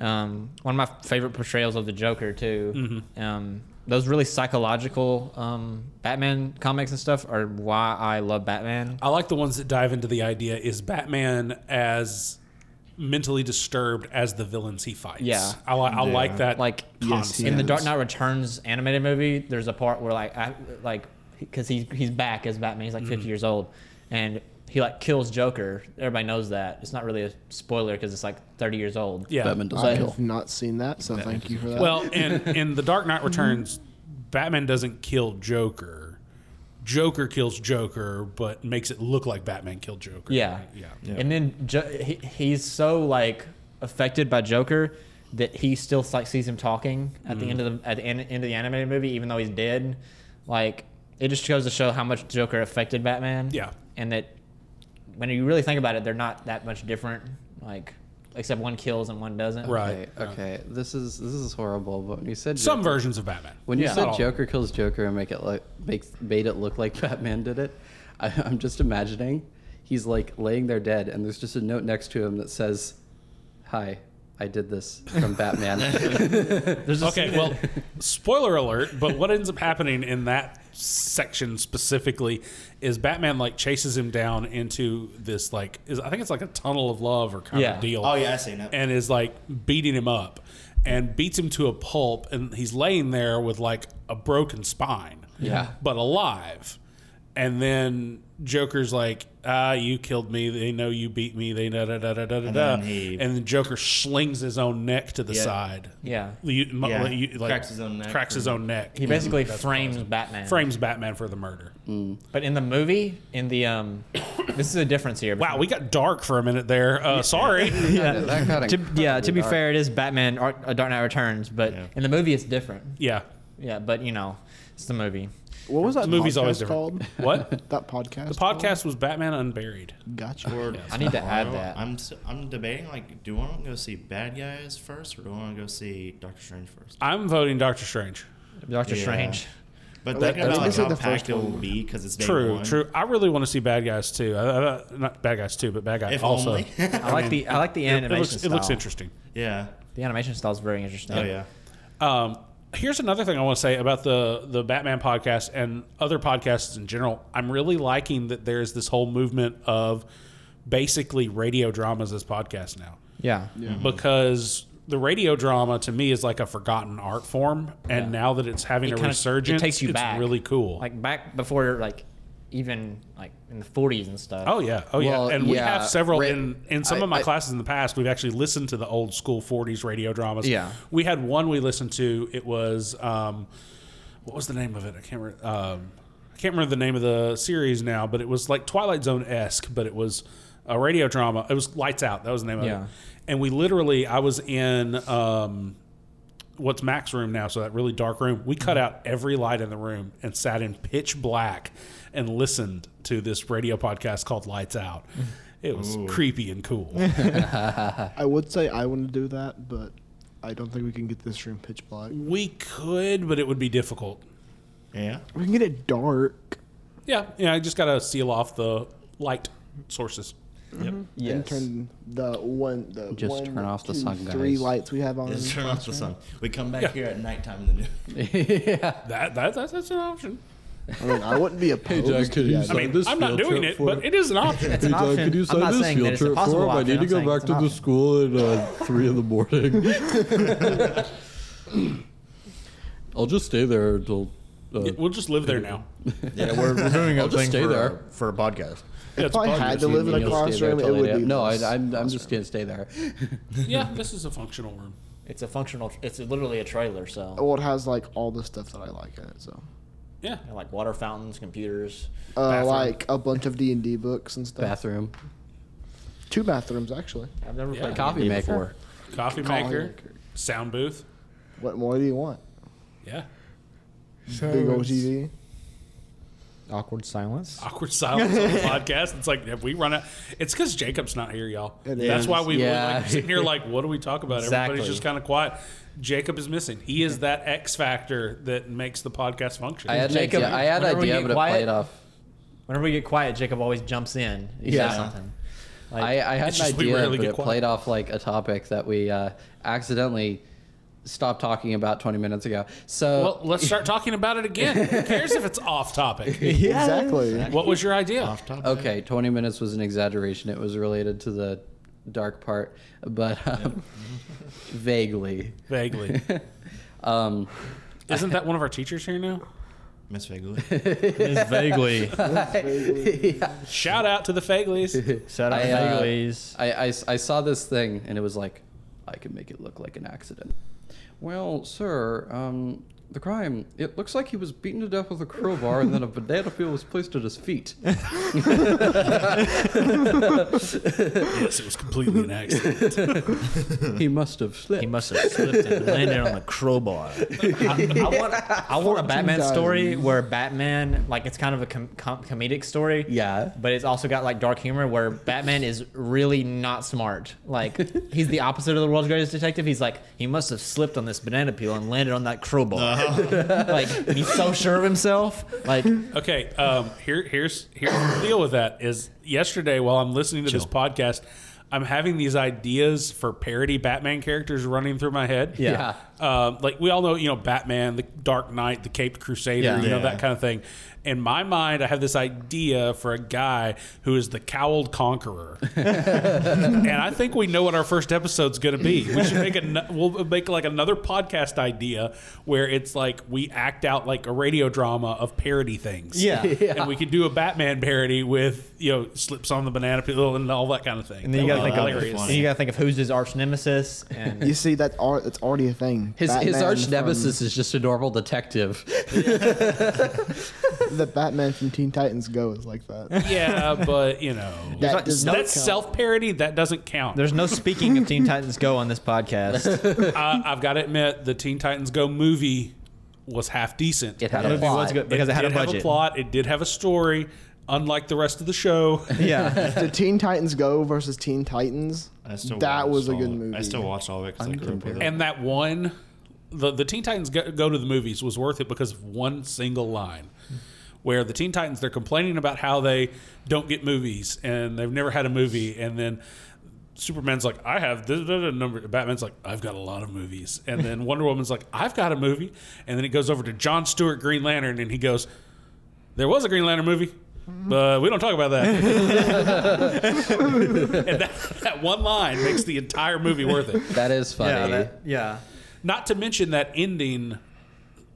Um, one of my favorite portrayals of the Joker too. Um, those really psychological um, Batman comics and stuff are why I love Batman.
I like the ones that dive into the idea is Batman as mentally disturbed as the villains he fights.
Yeah.
I, li- I like that.
Like
concept.
in the Dark Knight Returns animated movie, there's a part where like I, like because he's he's back as Batman. He's like 50 years old, and he like kills Joker. Everybody knows that. It's not really a spoiler because it's like 30 years old.
yeah.
Batman does
I
not kill.
have not seen that, so thank you for that.
Well, and in the Dark Knight Returns, Batman doesn't kill Joker. Joker kills Joker, but makes it look like Batman killed Joker.
Yeah.
Yeah.
And then jo- he, he's so like affected by Joker that he still like sees him talking at the end
Mm-hmm.
of the at the end, end of the animated movie, even though he's dead. Like it just goes to show how much Joker affected Batman.
Yeah.
And that when you really think about it, they're not that much different. Like except one kills and one doesn't.
Right.
Okay, okay. This is this is horrible. But when you said
Some
Joker,
versions of Batman.
when you
Yeah.
said
Not all.
Joker kills Joker and make it like makes made it look like Batman did it, I, I'm just imagining he's like laying there dead, and there's just a note next to him that says, "Hi, I did this from Batman."
okay, well, spoiler alert, but what ends up happening in that section specifically is Batman like chases him down into this like is I think it's like a tunnel of love or kind
Yeah.
of deal.
Oh, yeah, I seen it.
And is like beating him up and beats him to a pulp and he's laying there with like a broken spine.
Yeah.
But alive. And then Joker's like, ah, you killed me. They know you beat me. They da da da da da da.
And
da."
then he-
and then Joker slings his own neck to the
Yeah.
side.
Yeah.
You- mu-
Yeah.
you- like,
Cracks his own neck
cracks his
or-
own neck.
He Mm-hmm. basically frames Batman.
frames Batman for the murder.
But in the movie, in the um, this is a difference here.
Wow, we got dark for a minute there. Uh, sorry.
that got
To, yeah, to be
incredibly dark.
fair, it is Batman Ar- uh, Dark Knight Returns, but
Yeah.
in the movie it's different.
yeah,
Yeah, but you know, it's the movie.
what was that
the movie's
podcast
always different.
called?
What?
That podcast.
The podcast was Batman Unburied.
Gotcha.
Or
I need to add
tomorrow,
that.
I'm s- I'm debating like, do I want to go see Bad Guys first, or do I want to go see Doctor Strange first?
I'm voting Doctor Strange.
Doctor
Yeah.
Strange.
But
Well,
thinking
that's
about like,
basically
how
the first
packed it will
one.
be because it's day
True,
one.
true. I really want to see Bad Guys too. Uh, uh, not Bad Guys too, but Bad Guys
If
also.
only.
I like the I like the
It
animation
looks, it
style.
looks interesting.
yeah.
The animation style is very interesting.
Oh yeah.
Um, here's another thing I want to say about the the Batman podcast and other podcasts in general. I'm really liking that there's this whole movement of basically radio dramas as podcasts now. Mm-hmm.
Yeah.
Mm-hmm.
Because the radio drama to me is like a forgotten art form, and now that it's having a
kinda-
resurgence,
it takes you
it's
back.
really cool.
Like back before like even like in the 40s and stuff.
Oh yeah, oh yeah,
Well,
and we
yeah,
have several
ra-
in in some
I-
of my
I-
classes in the past. We've actually listened to the old school '40s radio dramas.
Yeah.
we had one we listened to. It was um, what was the name of it? I can't remember. Um, I can't remember the name of the series now, but it was like Twilight Zone esque, but it was a radio drama. It was Lights Out. That was the name of
Yeah.
it. And we literally, I was in um, what's Mac's room now, so that really dark room. We cut out every light in the room and sat in pitch black and listened to this radio podcast called Lights Out. It was creepy and cool.
I would say I want to do that, but I don't think we can get this room pitch black.
we could, but it would be difficult.
Yeah.
We can get it dark.
Yeah, yeah. I just gotta seal off the light sources. Yep.
And turn the one, the
Just
one,
turn off the
two,
sun,
Three
guys.
lights we have on. in
Just turn off the
classroom.
sun. We come back here at nighttime in the new.
yeah.
That, that that's, that's an option.
I mean, I wouldn't be opposed.
Jack, could
to
you
that.
I mean,
this
I'm
field
not doing
trip
it,
for-
but it is an option.
It's an option. I'm not saying that it's a possible
him?
option. I'm saying it's an option.
school at uh, three in the morning. I'll just stay there until. Uh,
We'll just live there now.
Yeah, we're, we're doing
I'll
a
just
thing
stay
for,
there.
for a podcast.
Yeah,
if
it's
I
bug
had
years.
to live in a
you'll stay there
classroom, it
till
would
later.
be
No, I,
this
I'm, I'm just gonna stay there.
yeah, this is a functional room.
It's a functional it's literally a trailer, so
Well, it has like all the stuff that I like in it, so
Yeah,
like water fountains, computers.
uh,
Bathroom.
like a bunch of D and D books and stuff.
Bathroom,
Two bathrooms actually.
I've never
Yeah.
played
coffee
D&D
maker.
coffee
Coffee
maker,
maker.
sound booth.
What more do you want?
Yeah,
Big old TV.
before. Awkward silence.
awkward silence on the podcast. It's like if we run out, it's because Jacob's not here, y'all.
It
That's
is.
why we
Yeah.
like sitting here like, what do we talk about? Everybody's
Exactly.
just kind of quiet. Jacob is missing. He is that X factor that makes the podcast function.
I had an
Jacob,
idea. I had an
whenever we
idea,
get
but it
quiet-
played off.
Whenever we get quiet, Jacob always jumps in. He says
Yeah.
something.
I, I had
It's
an
just we
idea,
rarely
but
get
it
quiet.
played off like a topic that we uh, accidentally stopped talking about 20 minutes ago. So
Well, let's start talking about it again. Who cares if it's off topic?
Exactly.
What was your idea?
Off topic.
okay, 20 minutes was an exaggeration. It was related to the dark part, but um, vaguely.
Vaguely.
Um,
Isn't that one of our teachers here now?
Miss Vaguely.
vaguely.
uh,
Shout out to the Fagleys.
Shout out
I,
to
uh,
Vaguelies.
I, I s- I saw this thing and it was like, I can make it look like an accident. Well, sir, um, the crime, it looks like he was beaten to death with a crowbar and then a banana peel was placed at his feet.
yes, it was completely an accident.
He must have slipped.
He must have slipped and landed on the crowbar. I, I want, I want a Batman
times.
story where Batman, like, it's kind of a com- com- comedic story.
Yeah.
But it's also got, like, dark humor where Batman is really not smart. Like, he's the opposite of the world's greatest detective. He's like, he must have slipped on this banana peel and landed on that crowbar. like, he's so sure of himself. Like,
Okay, um, here, here's here's the deal with that. Is yesterday while I'm listening to this podcast, I'm having these ideas for parody Batman characters running through my head.
Yeah.
Um, like we all know, you know, Batman, the Dark Knight, the Caped Crusader,
Yeah.
you know
Yeah.
that kind of thing. In my mind, I have this idea for a guy who is the cowled conqueror, and I think we know what our first episode's going to be. We should make a we'll make like another podcast idea where it's like we act out like a radio drama of parody things.
Yeah. Yeah.
and we could do a Batman parody with you know slips on the banana peel and all that kind of thing.
and then you
That
gotta,
would
think
be
that'd
of,
be
hilarious.
funny.
then you gotta think of who's his arch nemesis. And
You see that art? That's already a thing.
His, his
Batman
arch
from-
nemesis is just a normal detective.
the Batman from Teen Titans Go is like that.
Yeah, but you know.
That does not
That's
count.
self parody. That doesn't count.
there's no speaking of Teen Titans Go on this podcast.
I, I've got to admit, the Teen Titans Go movie was half decent.
It had
That
a
movie
plot.
was good because it, had a
did have
budget.
plot. It did have a story, unlike the rest of the show.
Yeah.
the Teen Titans Go versus Teen Titans.
I still
that
watched
was a
all-
good movie.
I still watched all of it because I grew up with it.
and that one, the the Teen Titans go, go to the movies was worth it because of one single line. Where the Teen Titans, they're complaining about how they don't get movies and they've never had a movie, and then Superman's like, "I have this, this, this number." Batman's like, "I've got a lot of movies," and then Wonder Woman's like, "I've got a movie," and then it goes over to John Stewart Green Lantern, and he goes, "There was a Green Lantern movie, but we don't talk about that." and that, that one line makes the entire movie worth it.
That is funny.
Yeah, that- yeah.
Not to mention that ending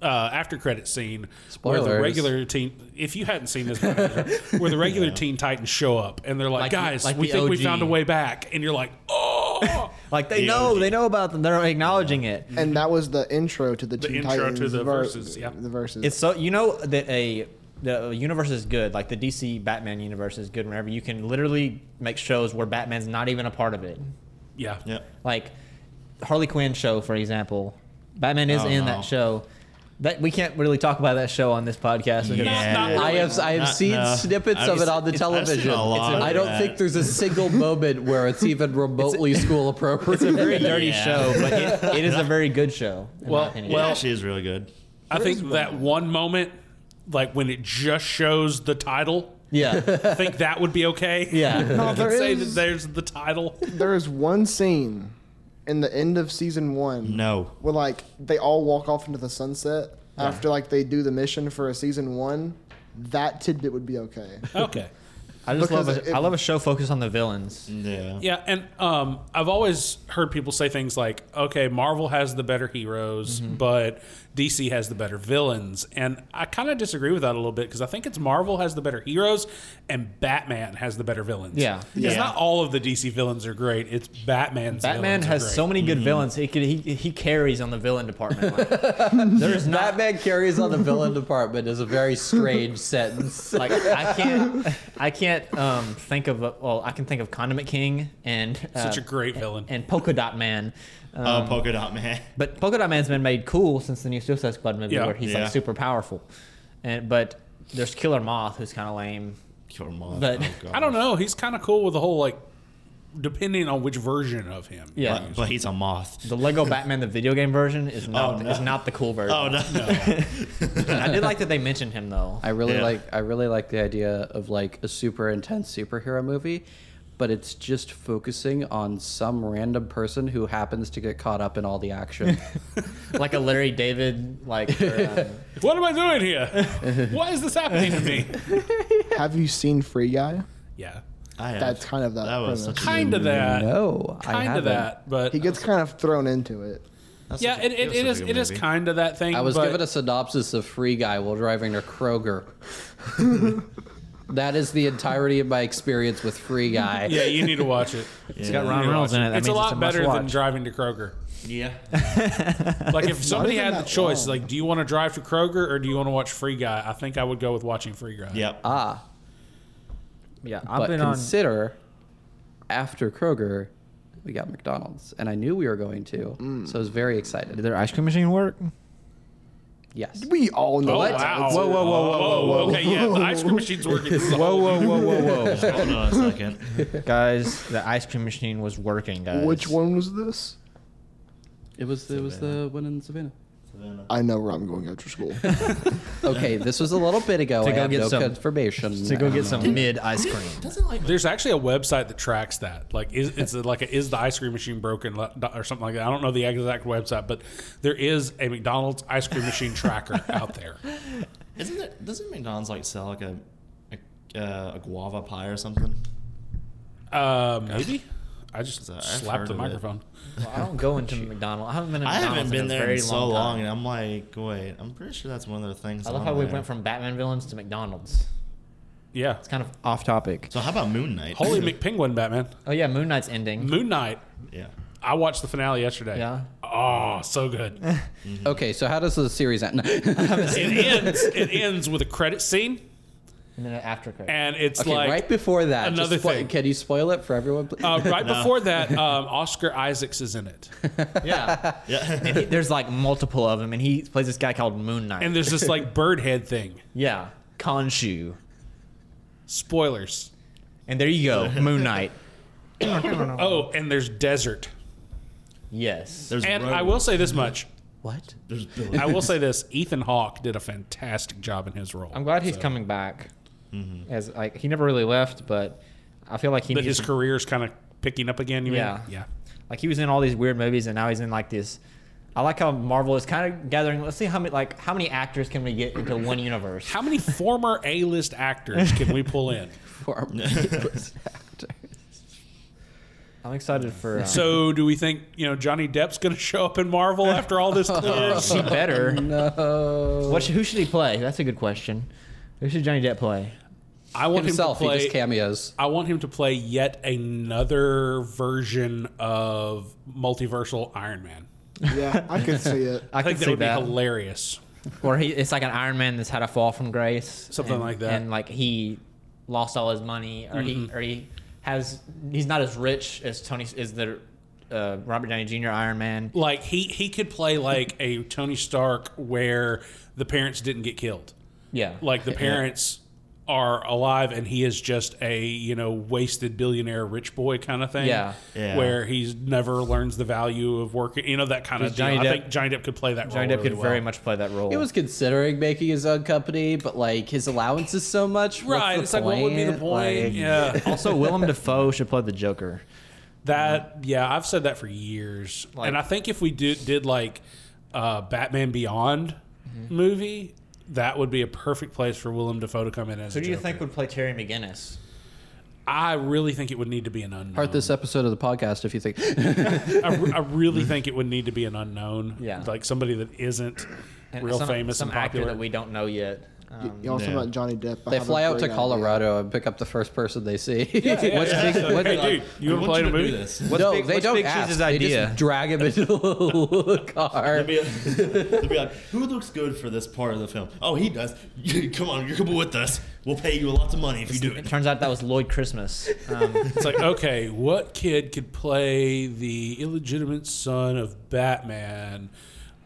uh, after credit scene where the
Spoilers.
regular teen. If you hadn't seen this, where the regular Teen Titans show up and they're like,
Like-
"Guys,
like
we
the
think we
OG.
found a way back," and you're like, "Oh."
Like they know, they know about them. They're acknowledging it.
And that was the intro to the, Teen
intro
Titans.
to the verses, yeah.
The verses.
It's so you know that a the universe is good. Like the DC Batman universe is good. Whenever you can literally make shows where Batman's not even a part of it.
yeah.
Yep.
Like Harley Quinn show, for example. Batman is
Oh,
in
no.
that show. That we can't really talk about that show on this podcast. because-
Yeah.
Not- not
I have I have
Not-
seen
no.
snippets
I've
of it on the
seen- I've seen a
television.
lot of
I don't
that.
think there's a single moment where it's even remotely school appropriate.
It's a very dirty
Yeah.
show, but it, it is a very good show. in my
Well,
opinion.
Well, she is really good.
I think that one moment, like when it just shows the title,
yeah,
I think that would be okay.
yeah.
no,
Let's
there
say
is,
that there's the title.
there is one scene in the end of season one
No.
where like they all walk off into the sunset after like they do the mission for a season one. That tidbit would be okay.
Okay.
I just
Because
love a,
it-
I love a show focused on the villains.
Yeah.
Yeah, and um, I've always heard people say things like, "Okay, Marvel has the better heroes,
Mm-hmm.
but DC has the better villains," and I kind of disagree with that a little bit because I think it's Marvel has the better heroes and Batman has the better villains.
Yeah.
Yeah.
it's not all of the DC villains are great; it's Batman's.
Batman
villains are
has
great.
so many
Mm-hmm.
good villains. He could he, he carries on the villain department. Like, there is not
Batman carries on the villain department is a very strange sentence.
like I can't I can't um, think of a, well I can think of Condiment King and
such
uh,
a great villain.
and Polka Dot Man. Um,
Oh, polka dot man.
but Polka Dot Man's been made cool since the new Suicide Squad movie
Yeah.
where he's
Yeah.
like super powerful. And but there's Killer Moth who's kind of lame.
Your mom.
But-
gosh.
I don't know; he's kind of cool with the whole like, depending on which version of him.
Yeah.
But, but he's a moth.
The Lego Batman the video game version is not
Oh,
the,
no.
is not the cool version.
Oh no.
I did like that they mentioned him though.
I really
Yeah.
like I really like the idea of like a super intense superhero movie, but it's just focusing on some random person who happens to get caught up in all the action.
like a Larry David, like or, um,
What am I doing here? Why is this happening to me?
Have you seen Free Guy?
Yeah,
I have.
That's kind of that.
That was
premise.
such a
kind of that.
no, I
kind
haven't.
of that. But
he gets kind of thrown into it.
that's
yeah,
such a-
it, it, it
was such
is
a
it
good
is
movie.
kind of that thing.
I was
but
given a synopsis of Free Guy while driving to Kroger. that is the entirety of my experience with Free Guy.
yeah, you need to watch it.
it's got
You need
Ryan
to
Reynolds
watch
in it. That
it's a
means
lot
must
better than
watch.
driving to Kroger.
Yeah.
Like if
It's
somebody
not even
had the
that
choice,
long.
like, do you want to drive to Kroger or do you want to watch Free Guy? I think I would go with watching Free Guy.
Yep.
Ah,
Yeah, I've
but
been on.
consider after Kroger, we got McDonald's, and I knew we were going to, so I was very
Did
excited.
their ice cream machine work?
Yes.
We all know.
Oh
that.
wow!
It's-
Whoa, whoa, whoa, whoa, whoa! Okay, yeah, the ice cream machine's working. This is a whole-
Whoa, whoa, whoa, whoa, whoa!
Hold on a second.
guys, the ice cream machine was working, guys.
Which one was this?
It was it was the one in Savannah.
Savannah.
I know where I'm going after school.
Okay, this was a little bit ago.
To
I
go
have
get
no
some.
confirmation.
To
I
go
don't
get
know.
some mid ice cream.
Doesn't like
There's actually a website that tracks that. Like, is it's a- like a, is the ice cream machine broken li- or something like that? I don't know the exact website, but there is a McDonald's ice cream machine tracker out there.
isn't it? Doesn't McDonald's like sell like a a, uh, a guava pie or something?
Uh, maybe I just
I've
slapped
heard
the
of it.
microphone.
Well, I don't go into McDonald's. I haven't been. In
I haven't
McDonald's
been
in a
there
very
in so long,
long. time.
and I'm like, wait, I'm pretty sure that's one of the things.
I love
on
how we
there.
went from Batman villains to McDonald's.
Yeah,
It's kind of off topic.
So how about Moon Knight?
Holy McPenguin, Batman,
Oh yeah, Moon Knight's ending.
Moon Knight.
yeah.
I watched the finale yesterday.
Yeah.
Oh, so good.
Okay, so how does the series end?
it ends. It ends with a credit scene,
And then after credit.
and it's
okay,
like
right before that. just
another
spoil-
thing.
Can you spoil it for everyone? please?
Uh, right before that, um, Oscar Isaacs is in it,
Yeah.
Yeah.
And he- there's like multiple of them, and he plays this guy called Moon Knight.
and there's this like bird head thing.
yeah, Khonshu.
Spoilers.
And there you go, Moon Knight.
Oh, and there's desert.
Yes.
There's
And
road.
I will say this much.
what?
There's Billy.
I will say this: Ethan Hawke did a fantastic job in his role.
I'm glad he's coming back. As like he never really left, but I feel like he
that
needs
Mm-hmm. his
to-
career's kind of picking up again. You mean?
Yeah.
yeah.
like he was in all these weird movies, and now he's in like this. I like how Marvel is kind of gathering. Let's see how many like how many actors can we get into one universe.
How many former A-list actors can we pull in?
For
I'm excited for. Um,
So, do we think you know Johnny Depp's going to show up in Marvel after all this clears?
she better.
no.
What should, who should he play? That's a good question. Who should Johnny Depp play?
I want
Himself,
him to
he
play.
just cameos.
I want him to play yet another version of multiversal Iron Man.
yeah, I could see it.
I,
I
can
think that
see
would
that.
be hilarious.
Or he, it's like an Iron Man that's had a fall from grace,
Something
and-
like that. Mm-hmm.
and like he lost all his money, or he or he has he's not as rich as Tony is the uh, Robert Downey Jr. Iron Man.
Like he he could play like a Tony Stark where the parents didn't get killed.
Yeah,
Like the parents are alive and he is just a, you know, wasted billionaire rich boy kind of thing.
Yeah.
Yeah.
Where he's never learns the value of working, you know, that kind of
Because Johnny
deal. I
Depp-
think Johnny Depp could play that role.
Johnny Depp
really
could
well.
very much play that role.
He was considering making his own company, but like his allowance is so much. what's
Right.
the
It's like, what would be the point?
Like,
yeah.
also Willem Dafoe should play the Joker.
That yeah, I've said that for years,
Like-
and I think if we did did like uh, Batman Beyond
Mm-hmm.
movie, that would be a perfect place for Willem Dafoe to come in as.
Who
a
do you
Joker.
think would play Terry McGinnis?
I really think it would need to be an unknown.
Part this episode of the podcast if you think.
I, re- I really think it would need to be an unknown.
Yeah.
like somebody that isn't
And
real
some,
famous
some
and popular.
actor that we don't know yet. Um,
You you also
Yeah.
about Johnny Depp. I
They
have a
fly out to
great idea.
Colorado and pick up the first person they see. What's
Yeah,
big-
so,
what-
hey, dude, you want to play in a movie?
This.
no,
Big-
they
what's
don't
Big
ask.
Cheese's
They
idea?
just drag him into a car.
They'll be, they'll be like, who looks good for this part of the film? Oh, he does. Come on, you're coming with us. We'll pay you lots of money if you do
It
it.
turns out that was Lloyd Christmas. Um,
It's like, okay, what kid could play the illegitimate son of Batman?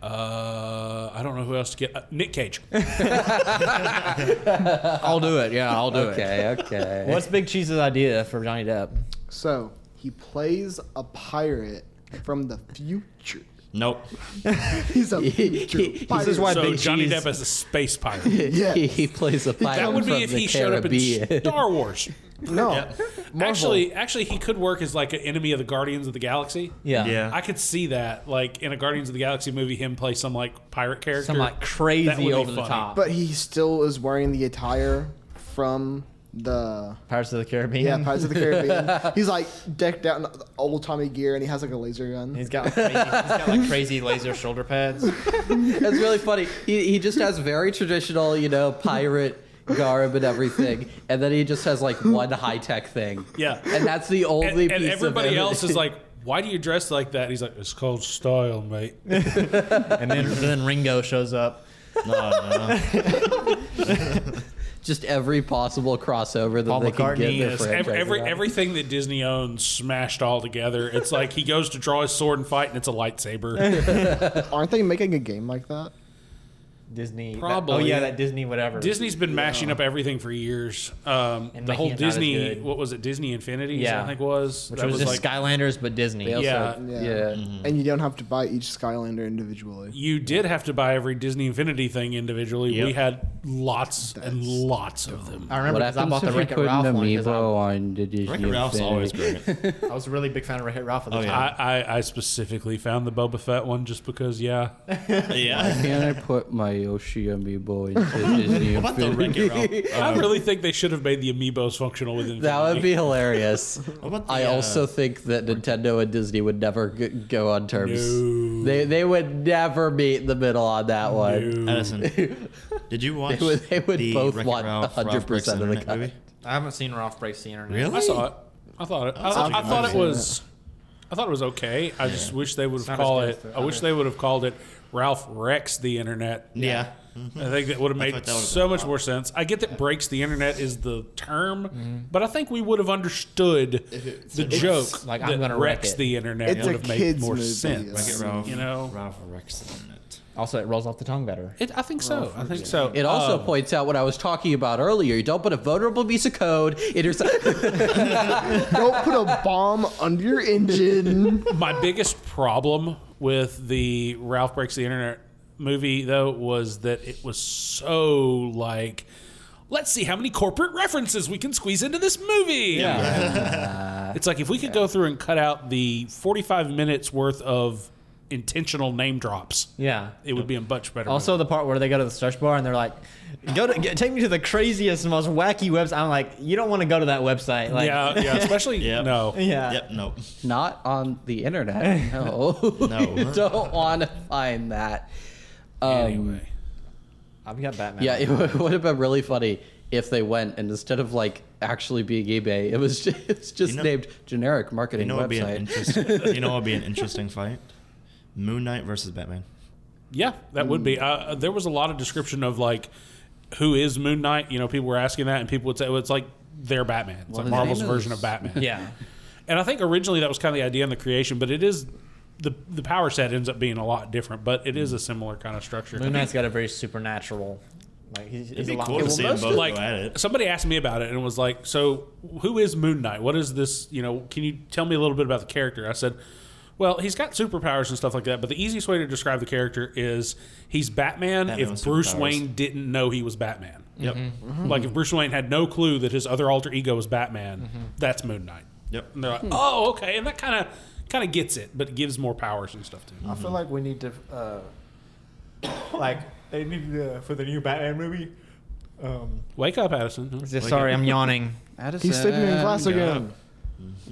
Uh, I don't know who else to get. Uh, Nick Cage.
I'll do it. Yeah, I'll do
Okay, okay.
What's Big Cheese's idea for Johnny Depp?
So he plays a pirate from the future.
Nope.
He's a
He's-
This
is why-
So
Big
Johnny
cheese.
Depp is a space pirate.
Yes.
he, he plays a pirate
That would
from
be if
the
he showed up
Caribbean.
in Star Wars.
no. Marvel.
Actually, actually, he could work as like an enemy of the Guardians of the Galaxy.
Yeah.
Yeah.
I could see that, like in a Guardians of the Galaxy movie, him play some like pirate character,
Some like
That would be
crazy over the
funny.
top.
but he still is wearing the attire from the
Pirates of the Caribbean.
yeah Pirates of the Caribbean. He's like decked out in old Tommy gear, and he has like a laser gun.
He's got, like, crazy, he's got like crazy laser shoulder pads.
That's really funny. He, he just has very traditional, you know, pirate garb and everything, and then he just has like one high tech thing.
Yeah.
and that's the only
and, and
piece
everybody
of
else is
everything.
like, "Why do you dress like that?" And he's like, "It's called style, mate."
And then, then Ringo shows up.
No, no.
just every possible crossover that
Paul
they can get
McCartney
their
is-
franchise.
Ev- every
around.
everything that Disney owns smashed all together. It's like he goes to draw his sword and fight, and it's a lightsaber.
Aren't they making a game like that?
Disney. that- oh,
Probably.
yeah, that Disney whatever.
Disney's been mashing up everything for years. Um,
And
the
making
whole
it not as
Disney,
good.
what was it? Disney Infinity,
Yeah.
I think was.
Which
That
was,
like
just Skylanders, but Disney.
They also-
yeah.
yeah.
Mm.
And you don't have to buy each Skylander individually.
you did have to buy every Disney Infinity thing individually. We
Yep.
had lots and lots of them.
I
What
remember 'cause I
happens
bought the
if you
Wreck It
put an
Ralph one. 'cause
amiibo on the Disney
Wreck-It Ralph's
Infinity?
always great.
I, I was a really big fan of Wreck It Ralph at the
Oh, yeah.
time.
I, I, I specifically found the Boba Fett one just because, yeah.
Yeah.
Can I put my Yoshi amiibo into Disney
What the
Infinity?
Wreck-It Ralph?
I really think they should have made the amiibos functional within.
That would be hilarious.
about the,
I
uh,
also think that Nintendo and Disney would never g- go on terms.
No.
They they would never meet in the middle on that one.
Edison, did you watch?
They would- they would
the
both
Wreck-It
want
Ralph, Ralph
100%
Breaks the
of the
Internet
cut.
movie?
I haven't seen Ralph breaks the internet.
Really?
I saw it. I thought it. I,
such a
I,
good
thought it
movie.
was. I thought it was okay. I just wish they would have
not as
called
good as
it.
the
I wish they would have called it Ralph wrecks the internet.
Yeah.
I think that would have
thought
made
that would've
so much more sense. I get that breaks the internet is the term, but I think we would have understood the joke
like,
that
I'm gonna wreck
wrecks
it.
the internet
It's a
would have made
kids'
more
movie.
sense.
Wreck-It
Ralph.
You know,
Ralph Breaks the Internet.
Also, it rolls off the tongue better.
it, I think so. I think so.
It also
Um,
points out what I was talking about earlier. You don't put a vulnerable piece of code in your.
don't put a bomb under your engine.
My biggest problem with the Ralph Breaks the Internet movie, though, was that it was so like, let's see how many corporate references we can squeeze into this movie. Yeah. it's like if we could go through and cut out the 45 minutes worth of intentional name drops,
Yeah.
it would be a much better
Also, the part where they go to the search bar and they're like, "Go to get, take me to the craziest, most wacky website." I'm like, "You don't want to go to that website." Like,
movie. Yeah, yeah, especially
Yeah.
no.
yeah.
Yep. Nope.
Not on the internet. No.
No.
you don't want to find that. Um,
Anyway,
I've got Batman.
Yeah, it would- would have been really funny if they went and instead of like actually being eBay, it was just, it's just
You know-
named generic
You
marketing
know what'd be an
website.
interesting. you know what'd be an interesting fight? Moon Knight versus Batman.
yeah, that would be. Uh, there was a lot of description of like, who is Moon Knight? You know, people were asking that, and people would say well, it's like they're Batman. It's like
his
Marvel's
name
version
is-
of Batman.
yeah.
And I think originally that was kind of the idea in the creation, but it is the the power set ends up being a lot different, but it is
Mm.
a similar kind of structure.
Moon Knight's got a very supernatural. Like, he's,
It'd
he's
be
a lot.
cool to see them
most
both
of-
like
go at it.
somebody asked me about it and was like, "So who is Moon Knight? What is this? You know, can you tell me a little bit about the character?" I said, "Well, he's got superpowers and stuff like that, but the easiest way to describe the character is he's Batman,
Batman
if
with
Bruce
superpowers.
Wayne didn't know he was Batman.
Yep. Mm-hmm.
Like if Bruce Wayne had no clue that his other alter ego was Batman, that's Moon Knight."
Mm-hmm. Yep.
And they're like, "Oh, okay," and that kind of kind of gets it, but gives more powers and stuff to him.
I feel like we need to, uh, like, they need to, for the new Batman movie. Um,
Wake up, Addison.
sorry, I'm yawning.
Addison,
He's sleeping in class again.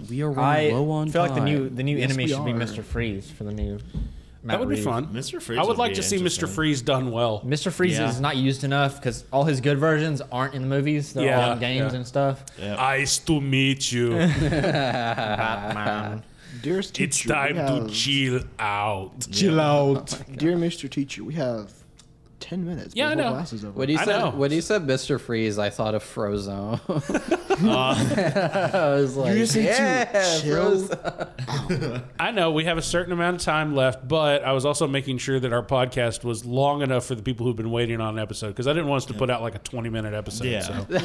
We are
I
running low
feel
on
like the
time.
new the new
Yes,
enemy
we
should be
are.
Mr. Freeze for the new. Matt
That would be
Reeves.
fun.
Mr. Freeze
I would
would
like
be
to see Mr.
interesting.
Freeze done well.
Mr. Freeze
Yeah.
is not used enough because all his good versions aren't in the movies. They're
Yeah.
all in games
Yeah.
and stuff.
Yep.
Nice to meet you.
Batman.
Dearest teacher, we have- Oh
chill out.
Oh
Dear Mr. Teacher, we have ten minutes.
Yeah, I
before
know.
class is over.
When he
I know.
said when he said Mr. Freeze, I thought of Frozone. I was like,
you just need
yeah,
to chill.
Frozone."
I know we have a certain amount of time left, but I was also making sure that our podcast was long enough for the people who've been waiting on an episode because I didn't want us to put out like a 20 minute episode.
Yeah.
So. we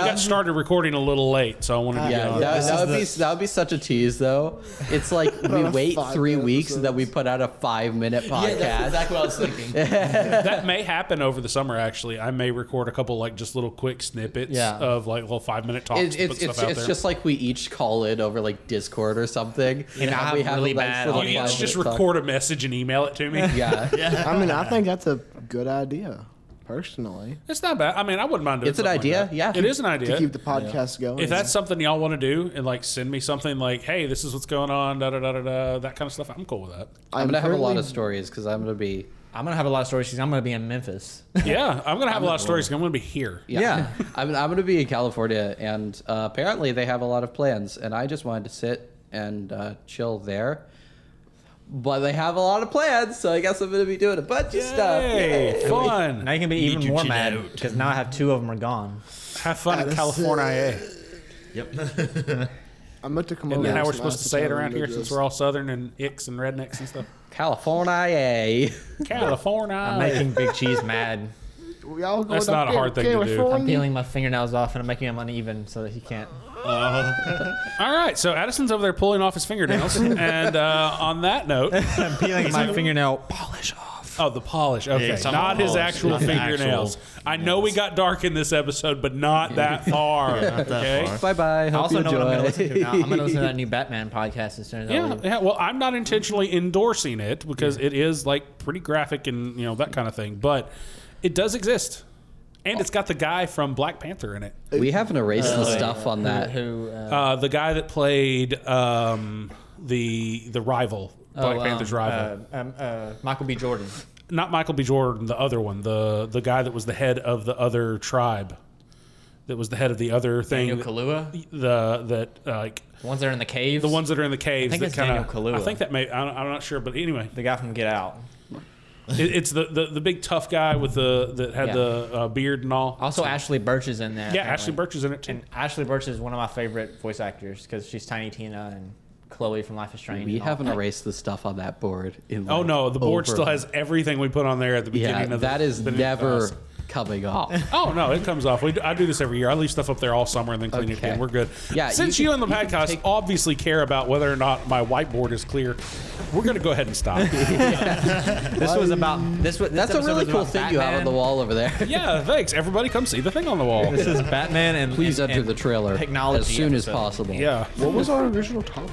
got started recording a little late, so I wanted to get
Ah, Yeah,
on.
that,
this
that
is
would be that would be such a tease though. It's like we
a
wait
five
three
minute
weeks and then we
episodes.
put out a five minute
Yeah,
podcast.
that's exactly what I was thinking.
that may happen over the summer. Actually, I may record a couple like just little quick snippets
Yeah.
of like little five minute talks.
It,
to
it's
put stuff
it's,
out
it's
there.
just like we each call in over like Discord or something.
And I have
we
really
a nice
bad
little
you
audio.
each
five-minute
just
talk.
record a message and email it to me.
Yeah,
I mean, I think that's a good idea, personally,
It's not bad. I mean, I wouldn't mind doing.
It's an
something
idea,
Like that.
yeah.
it is an idea.
to keep the podcast going.
if that's something y'all want to do, and like send me something like, "Hey, this is what's going on," da da da da da, that kind of stuff. I'm cool with that.
I'm gonna have a lot
currently-
of stories because I'm gonna be
I'm gonna have a lot of stories because I'm gonna be in Memphis.
Yeah, I'm gonna have a lot of stories. 'cause I'm gonna be here.
yeah, I'm I'm gonna be in California and uh, apparently they have a lot of plans and I just wanted to sit and uh, chill there. But they have a lot of plans, so I guess I'm gonna be doing a bunch of stuff.
Yay,
Yay.
fun.
Now you can be even
you
more
chill
mad
out.
because now I have two of them are gone.
Have fun in California.
Yep.
I'm about to come
And
over.
then
with
how we're
some
supposed to say it
acetone
around
to
here
just-
since we're all Southern and icks and rednecks and stuff.
California. yay.
California.
I'm making Big Cheese mad.
We all go
That's
to
not a hard thing to do.
I'm
California.
peeling my fingernails off and I'm making them uneven so that he can't.
All right, so Addison's over there pulling off his fingernails, and uh, on that note,
I'm peeling my fingernail.
oh, the polish. Okay,
Yeah, it's on
not
the
his
polish,
actual
not the actual
fingernails. I know we got dark in this episode, but not that far.
Not that
okay.
far.
Bye bye.
I also know what I'm gonna listen to now. I'm gonna listen to that new Batman podcast as soon as I
Yeah,
leave.
yeah, well, I'm not intentionally endorsing it because it is like pretty graphic and you know that kind of thing, but it does exist, and it's got the guy from Black Panther in it,
We haven't erased the stuff on that.
Who? Uh,
uh, the guy that played um, the the rival, Black
oh, um,
Panther's rival,
uh, um, uh, Michael B. Jordan.
not Michael B. Jordan, the other one, the the guy that was the head of the other tribe, that was the head of the other thing,
Daniel Kalua.
that, the that uh, like
The ones that are in the caves.
the ones that are in the caves.
think
that
it's
kinda,
Daniel
I
Kaluuya.
think that may. I don't, I'm not sure, but anyway,
The guy from Get Out.
it, it's the, the the big tough guy with the that had
Yeah.
the uh, beard and all.
Also, Ashley Birch is in there.
yeah,
apparently.
Ashley Birch is in it too.
And Ashley Birch is one of my favorite voice actors because she's Tiny Tina and Chloe from Life is Strange.
We
and all
haven't
that.
erased the stuff on that board. In
oh
like
no, the board
over-
still has everything we put on there at the beginning
Yeah,
of the,
that is
the new
never
class.
coming off.
Oh no, it comes off. We do, I do this every year. I leave stuff up there all summer and then clean it
Okay.
again. We're good.
Yeah,
Since you,
you
and the podcast obviously care about whether or not my whiteboard is clear, we're gonna go ahead and stop.
This was about this. Was, this
That's a
episode
really
was
cool
about
thing you have on
Batman.
the wall over there.
yeah, thanks. Everybody, come see the thing on the wall.
This is Batman and
Please
and-
enter
and
the trailer
technology
as soon as
episode.
possible.
Yeah,
What was our original topic?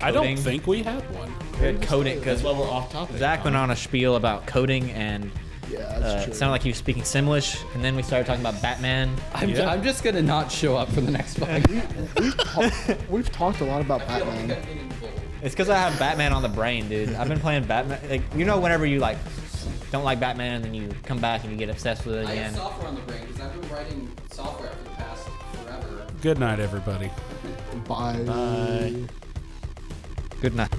I don't
Coding.
think we had one.
We had coding because
Well, we're off topic.
Zach went on a spiel about coding and
Yeah,
uh,
that's
it
true.
sounded like he was speaking Simlish, and then we started talking about Batman.
I'm,
Yeah.
I'm just gonna not show up for the next one.
we've, ta- we've talked a lot about Batman.
It's because I have Batman on the brain, dude. I've been playing Batman. Like you know, whenever you like don't like Batman, and then you come back and you get obsessed with it again.
software on the brain because I've been writing software for the past forever.
Good night, everybody.
Bye.
Good night.